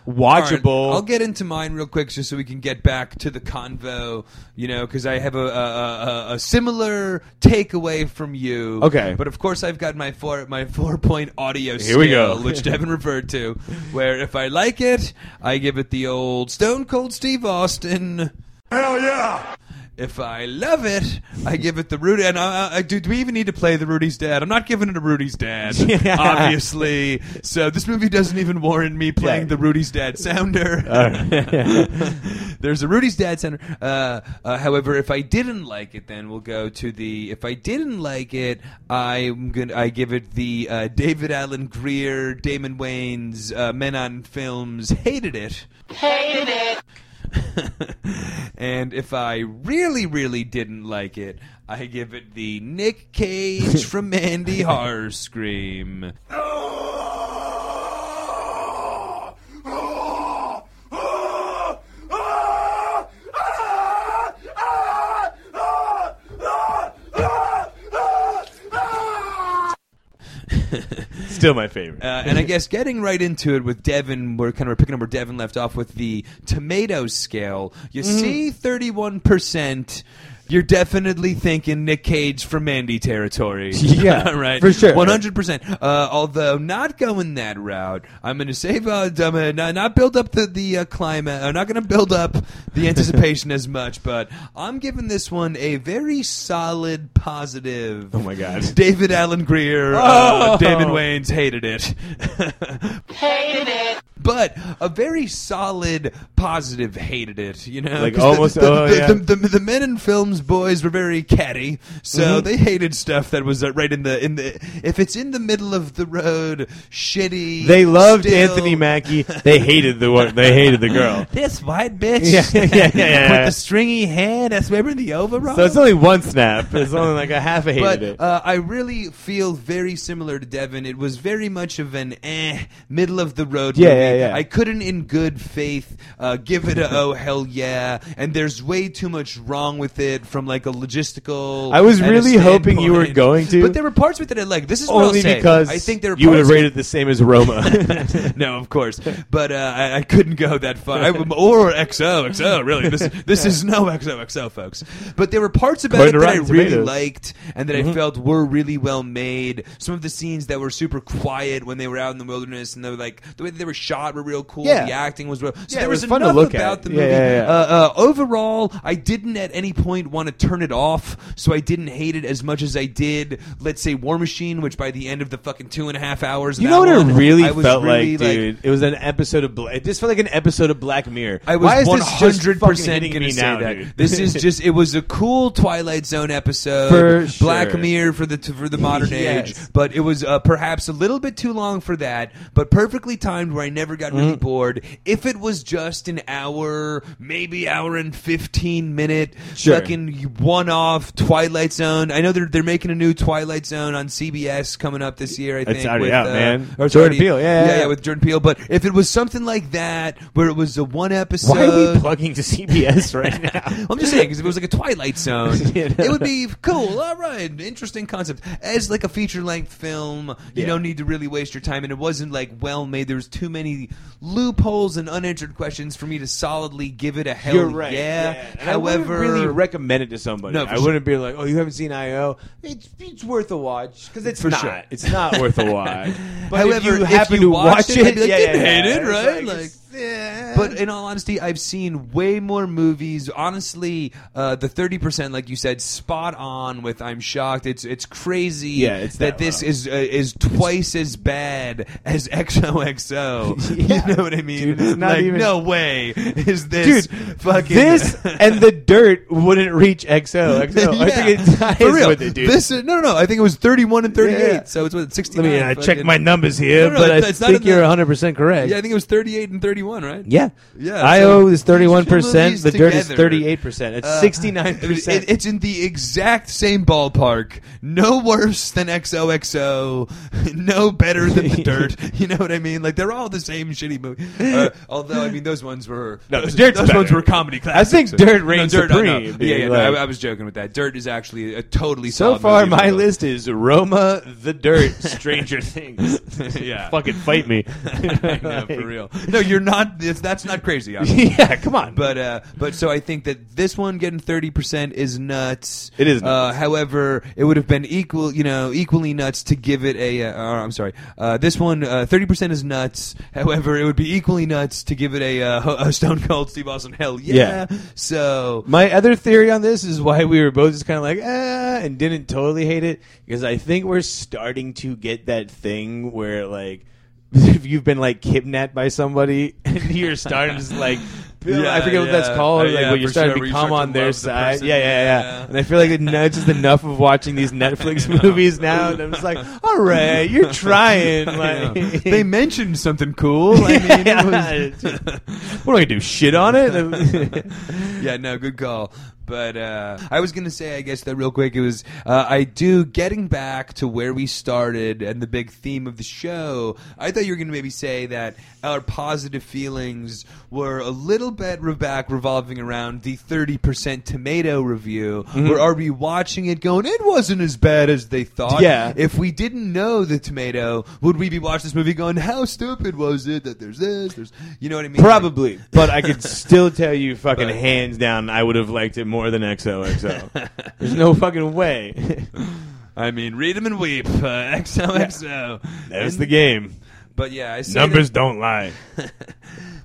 All right,
watchable.
I'll get into mine real quick just so we can get back to the convo, you know, because I have a, a, a, a similar takeaway from you.
Okay.
But of course, I've got my four my four point audio
Here we go.
scale, which Devin referred to, where if I like it, I give it the old Stone Cold Steve Austin. Hell yeah! If I love it, I give it the Rudy. And I, I, do, do we even need to play the Rudy's dad? I'm not giving it a Rudy's dad,
Yeah.
obviously. So this movie doesn't even warrant me playing
Yeah. Oh,
the Rudy's dad sounder. There's a Rudy's Dad Center. Uh, uh, however, if I didn't like it, then we'll go to the. If I didn't like it, I'm gonna. I give it the uh, David Allen Greer, Damon Wayans, uh, Men on Films. Hated it. Hated it. and if I really, really didn't like it, I give it the Nick Cage from Mandy Horror Scream.
still my favorite.
Uh, and I guess getting right into it with Devin, we're kind of picking up where Devin left off with the tomato scale. You
Mm-hmm.
see 31%, you're definitely thinking Nick Cage from Mandy territory.
Yeah,
right.
for sure.
100%. Uh, although not going that route, I'm going to save, uh, I'm gonna not, not build up the, the uh, climate, I'm not going to build up the anticipation as much, but I'm giving this one a very solid positive.
Oh my God.
David Allen Greer,
Oh.
uh, Damon Wayans hated it. hated it. But a very solid, positive hated it, you know?
Like
'Cause the-
almost-
The, the,
oh,
the-
yeah.
the- the- the men in films boys were very catty,
Mm-hmm.
so they hated stuff that was uh, right in the in the. If it's in the middle of the road, shitty.
They loved
still-
Anthony Mackie. They hated the one. They hated the girl.
This white bitch.
Yeah, yeah, yeah, yeah, yeah.
With the stringy hair. That's where we're in the overall.
So it's only one snap. It's only like a half a hated
but
it.
uh, I really feel very similar to Devin. It was very much of an eh, middle of the road.
Yeah,
movie.
yeah, yeah.
I couldn't, in good faith, uh, give it a oh hell yeah. And there's way too much wrong with it from like a logistical.
I was
and a
really hoping you were
standpoint.
going to.
but there were parts with it I like. This is what I'll
only
say.
because
I think there were
you would
parts
have rated the same as Roma.
no, of course, but uh, I, I couldn't go that far. I, or XO, XO, really. This this is no XO, XO, folks. But there were parts about
According
it
to
that I
Rotten
really
Tomatoes. Mm-hmm.
liked and that I felt were really well made. Some of the scenes that were super quiet when they were out in the wilderness and they were like the way that they were shot were real cool.
Yeah.
The acting was real. So
Yeah,
there
it
was,
was fun to
enough
look at.
about the
Yeah,
movie.
yeah, yeah.
Uh, uh, overall, I didn't at any point want to turn it off, so I didn't hate it as much as I did. Let's say War Machine, which by the end of the fucking two and a half hours, of
you
that
know what it
one,
really
I was
felt
really,
like, dude? It was an episode of. Bla- it just felt like an episode of Black Mirror.
I
Why
was
is
one
this just
hundred
fucking
percent
hitting
going to
me
say
now,
that
dude?
this is just. It was a cool Twilight Zone episode,
For
Black
sure.
Mirror for the for the modern
Yes.
age. But it was uh, perhaps a little bit too long for that, but perfectly timed where I never got
Mm.
really bored. If it was just an hour, maybe hour and fifteen minute
Sure.
fucking one off Twilight Zone. I know they're they're making a new Twilight Zone on CBS coming up this year. I
It's
think
already
with,
out,
uh,
man.
or it's
Jordan
already-
Peele, yeah, yeah,
yeah,
yeah.
with Jordan Peele. But if it was something like that, where it was a one episode.
Why are we plugging to CBS right now?
uh, I'm just saying, because if it was like a Twilight Zone,
You know?
it would be cool. All right, interesting concept. As like a feature length film, you
Yeah.
don't need to really waste your time, and it wasn't like well made. There was too many loopholes and unanswered questions for me to solidly give it a hell
You're right.
yeah.
And
However,
I wouldn't really recommend it to somebody.
No, for
I
sure.
wouldn't be like, "Oh, you haven't seen IO? It's, it's worth a watch because it's
For
not.
sure.
It's not worth a watch." But
However,
if you
if
happen
you
to
watched
watch
it, I'd be like,
yeah,
"Didn't
yeah,
hate
yeah.
it,
It's
right?"
Like,
Like-
it's
But in all honesty, I've seen way more movies. Honestly, uh, the thirty percent, like you said, spot on. With I'm shocked. It's it's crazy.
Yeah, it's that
that, this
low.
is uh, is twice as bad as XOXO. You know what I mean?
Dude, it's not
like
even-
no way is this
Dude,
fucking
this and the dirt wouldn't reach XO. XO. I
Yeah.
think it ties
For real.
with it, dude.
This is, no, no, no. I think it was 31 and 38.
Yeah.
So it's what, 69.
Let me uh, check
Ah, fucking-
my numbers here,
No, no,
but I
it's- it's not
think
in
you're
the-
100% correct.
Yeah, I think it was 38 and 31, right?
Yeah.
Yeah,
IO
so
is 31%.
these two
The dirt is
together,
38%. It's
uh,
69%.
It, it's in the exact same ballpark. No worse than XOXO. No better than the dirt. You know what I mean? Like they're all the same shitty movie. Uh, although I mean, those ones were
No,
those,
Dirt's
those ones
better.
were comedy
I
classics.
think dirt reigns
no, dirt,
supreme.
I know.
dude,
yeah, yeah.
like-
no, I, I was joking with that. Dirt is actually a totally
so
solid
far,
movie, by
my
the way.
list is Roma, The Dirt, Stranger Things.
yeah.
Fucking fight me.
I know, for real. No, you're not. It's, that's not crazy. Obviously.
yeah, come on.
But uh, but so I think that this one getting thirty percent is nuts.
It is
Uh, however, it would have been equal, you know, equally nuts to give it a. Uh, or, I'm sorry. Uh, this one thirty percent is nuts. However, it would be equally nuts to give it a, uh, ho- a Stone Cold Steve Austin. Hell yeah. So
My other theory on this is why we were both just kind of like, ah, and didn't totally hate it because I think we're starting to get that thing where like. If you've been like kidnapped by somebody and you're starting to like,
Yeah,
I forget what that's
yeah.
called,
Uh,
like
yeah,
when you
for
start
sure,
to
where you
become
start to
on their
love the
side.
person.
yeah, yeah, yeah,
Yeah.
And I feel like it nudges enough of watching these Netflix movies now, and I'm just like, all right, you're trying. Like,
they mentioned something cool. I mean, it was,
what do I do? Shit on it?
yeah, no, good call. But uh, I was gonna say, I guess that real quick. It was uh, I do getting back to where we started and the big theme of the show. I thought you were gonna maybe say that our positive feelings were a little bit re- back revolving around the thirty percent tomato review.
Mm-hmm.
Where are we watching it? Going, it wasn't as bad as they thought.
Yeah.
If we didn't know the tomato, would we be watching this movie going, how stupid was it that there's this? There's you know what I mean? Like-
Probably, but I could still tell you, fucking
But-
hands down, I would have liked it more than XOXO. There's no fucking way.
I mean, read them and weep. Uh, XOXO.
There's
And-
the game.
But yeah, I say
Numbers don't lie.
that-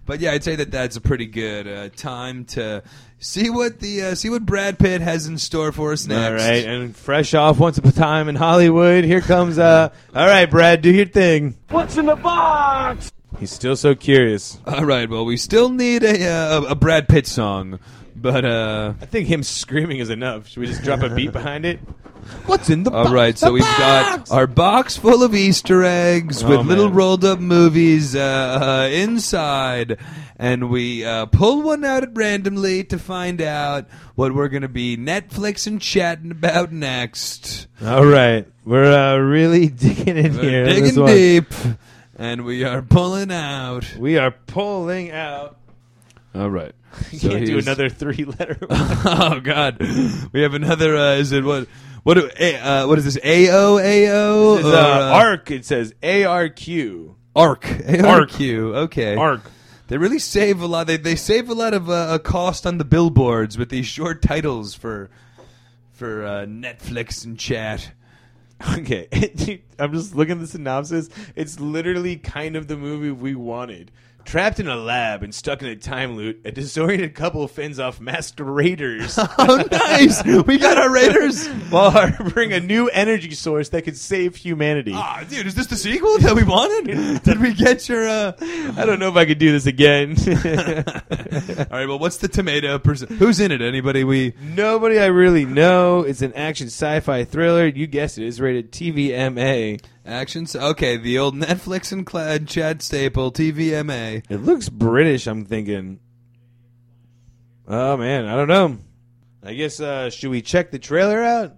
but yeah, I'd say that that's a pretty good uh, time to see what the uh, see what Brad Pitt has in store for us next.
All right, and fresh off Once Upon a Time in Hollywood, here comes. Uh, all right, Brad, do your thing. What's in the box? He's still so curious.
All right. Well, we still need a uh, a Brad Pitt song, but uh,
I think him screaming is enough. Should we just drop a beat behind it? What's in the box?
all right. So we've got our box full of Easter eggs with
Oh,
little
man.
rolled up movies uh, uh, inside, and we uh, pull one out at randomly to find out what we're gonna be Netflix and chatting about next.
All right, we're uh, really digging in
We're
here. on this
digging
one.
deep, and we are pulling out.
We are pulling out.
All right.
You can't do another three letter.
oh God, we have another. Uh, is it what? What? Do, eh, uh, what is this? A O A O
It's, uh, ARC. It says A R Q.
arc A R Q. Okay.
ARC.
They really save a lot. They they save a lot of uh, uh, cost on the billboards with these short titles for for uh, Netflix and chat.
Okay, Dude, I'm just looking at the synopsis. It's literally kind of the movie we wanted. Trapped in a lab and stuck in a time loop, a disoriented couple fends off masked raiders
Oh, nice! we got our Raiders.
while harboring a new energy source that could save humanity.
Ah, dude, is this the sequel that we wanted? Did we get your? Uh,
I don't know if I could do this again.
All right. Well, what's the tomato percent? Who's in it? Anybody? We
Nobody I really know. It's an action sci-fi thriller. You guessed it. It's rated TVMA.
actions? Okay, the old Netflix and Cla- Chad Staple TVMA.
It looks British, I'm thinking. Oh man, I don't know. I guess uh should we check the trailer out?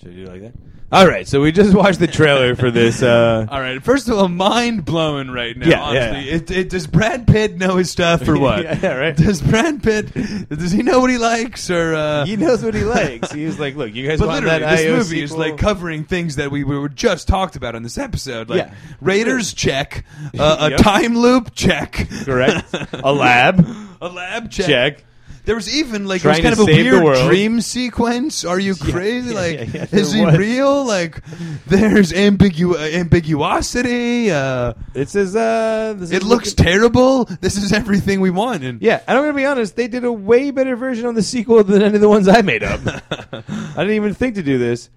Should I do it like that? All right, so we just watched the trailer for this uh
All right. First of all, mind blowing right now.
Yeah,
honestly,
yeah.
It, it, does Brad Pitt know his stuff or what?
Yeah, yeah, right.
Does Brad Pitt? Does he know what he likes or? Uh,
He knows what he likes. He was like, "Look, you guys
but
want
literally,
that
this
IO
movie is
sequel?
like covering things that we, we were just talked about on this episode. Like
Yeah.
Raiders check, uh, a
Yep.
time loop check,
correct? A lab
a lab
check.
There was even like
Trying
it was kind
to
of a
save the
weird
world.
dream sequence. Are you crazy?
yeah,
like,
yeah, yeah,
is
there
he
was.
real? Like, there's ambigu- uh, ambiguosity. Uh,
This is uh, this is
it looks
looking-
terrible. This is everything we want. And
yeah, and I'm gonna be honest. They did a way better version of the sequel than any of the ones I made up. I didn't even think to do this.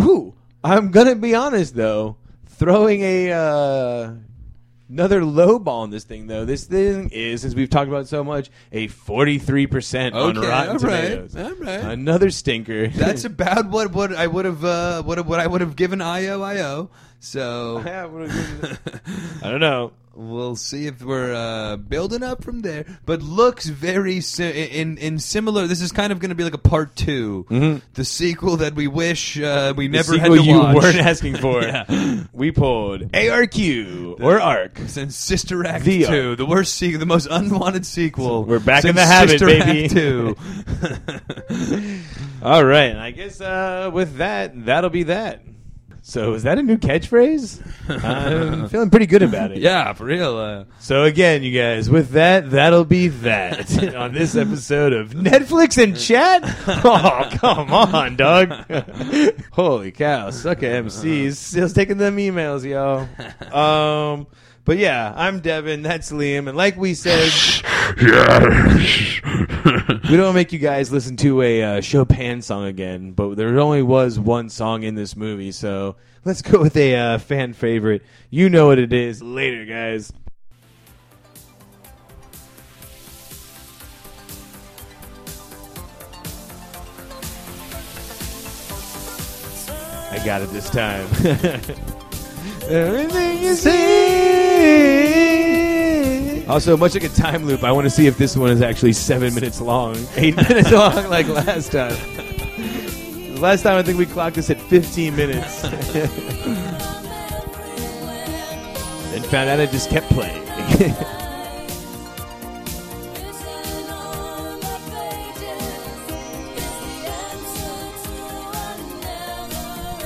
Ooh, I'm gonna be honest though. Throwing a uh, another low ball on this thing though. This thing is, since we've talked about it so much, a 43 percent on
Okay,
Rotten
all right,
Tomatoes.
all right.
Another stinker.
that's about what, what I would have uh, what what I would have given IO IO. So
Yeah, I would've given it- I don't know.
we'll see if we're uh, building up from there. But looks very si- in in similar. This is kind of going to be like a part 2 the sequel that we wish uh, we never had
Mm-hmm. sequel
to
you
watch.
weren't asking for.
Yeah.
We pulled ARQ or ARC.
Since Sister Act
The- uh,
Two, the worst sequel, the most unwanted sequel.
We're back in
since
the habit,
Sister
baby.
Act Two.
All right, and I guess uh, with that, that'll be that. So is that a new catchphrase? I'm feeling pretty good about it.
yeah, for real. Uh,
So again, you guys, with that, that'll be that on this episode of Netflix and chat. Oh, come on, dog! Holy cow, sucker MCs still taking them emails, yo. Um, but yeah, I'm Devin. That's Liam, and like we said.
Yes.
we don't make you guys listen to a uh, Chopin song again, but there only was one song in this movie, so let's go with a uh, fan favorite. You know what it is. Later, guys. I got it this time. Everything you see. Also, much like a time loop, I want to see if this one is actually seven minutes long, eight minutes long, like last time. Last time I think we clocked this at 15 minutes. and found out it just kept playing.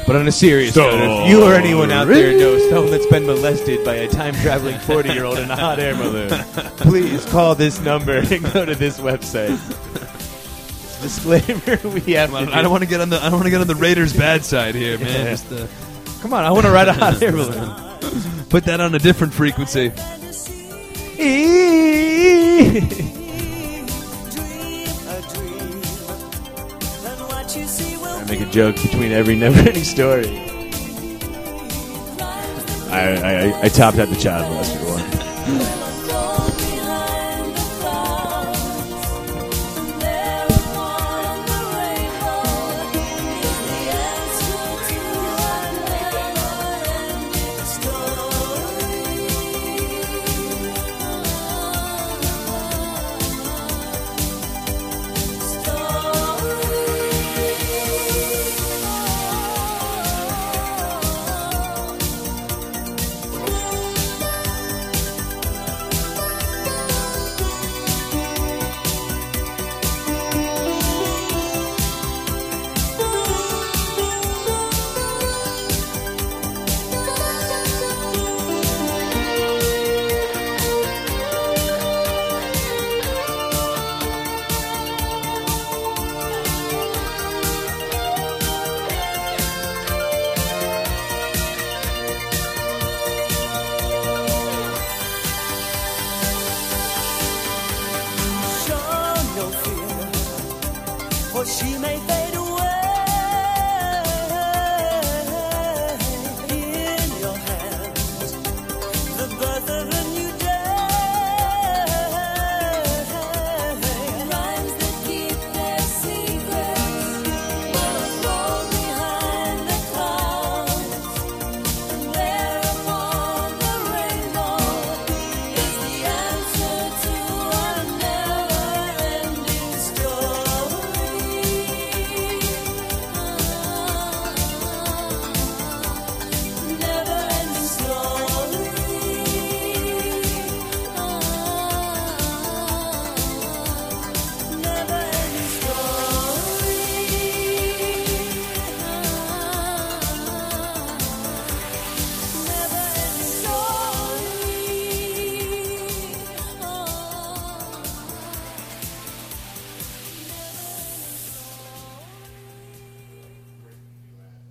but on a serious note, if you or anyone out there knows someone that's been molested by a time traveling 40 year old in a hot air balloon, please call this number and go to this website. Disclaimer: We have. to
I
do-
don't want to get on the I don't want to get on the Raiders' bad side here, man. Just uh,
Come on, I want to ride a hot air balloon.
put that on a different frequency.
I make a joke between every never-ending story. I, I, I topped out the child molester one.
Show no fear, for she may fail.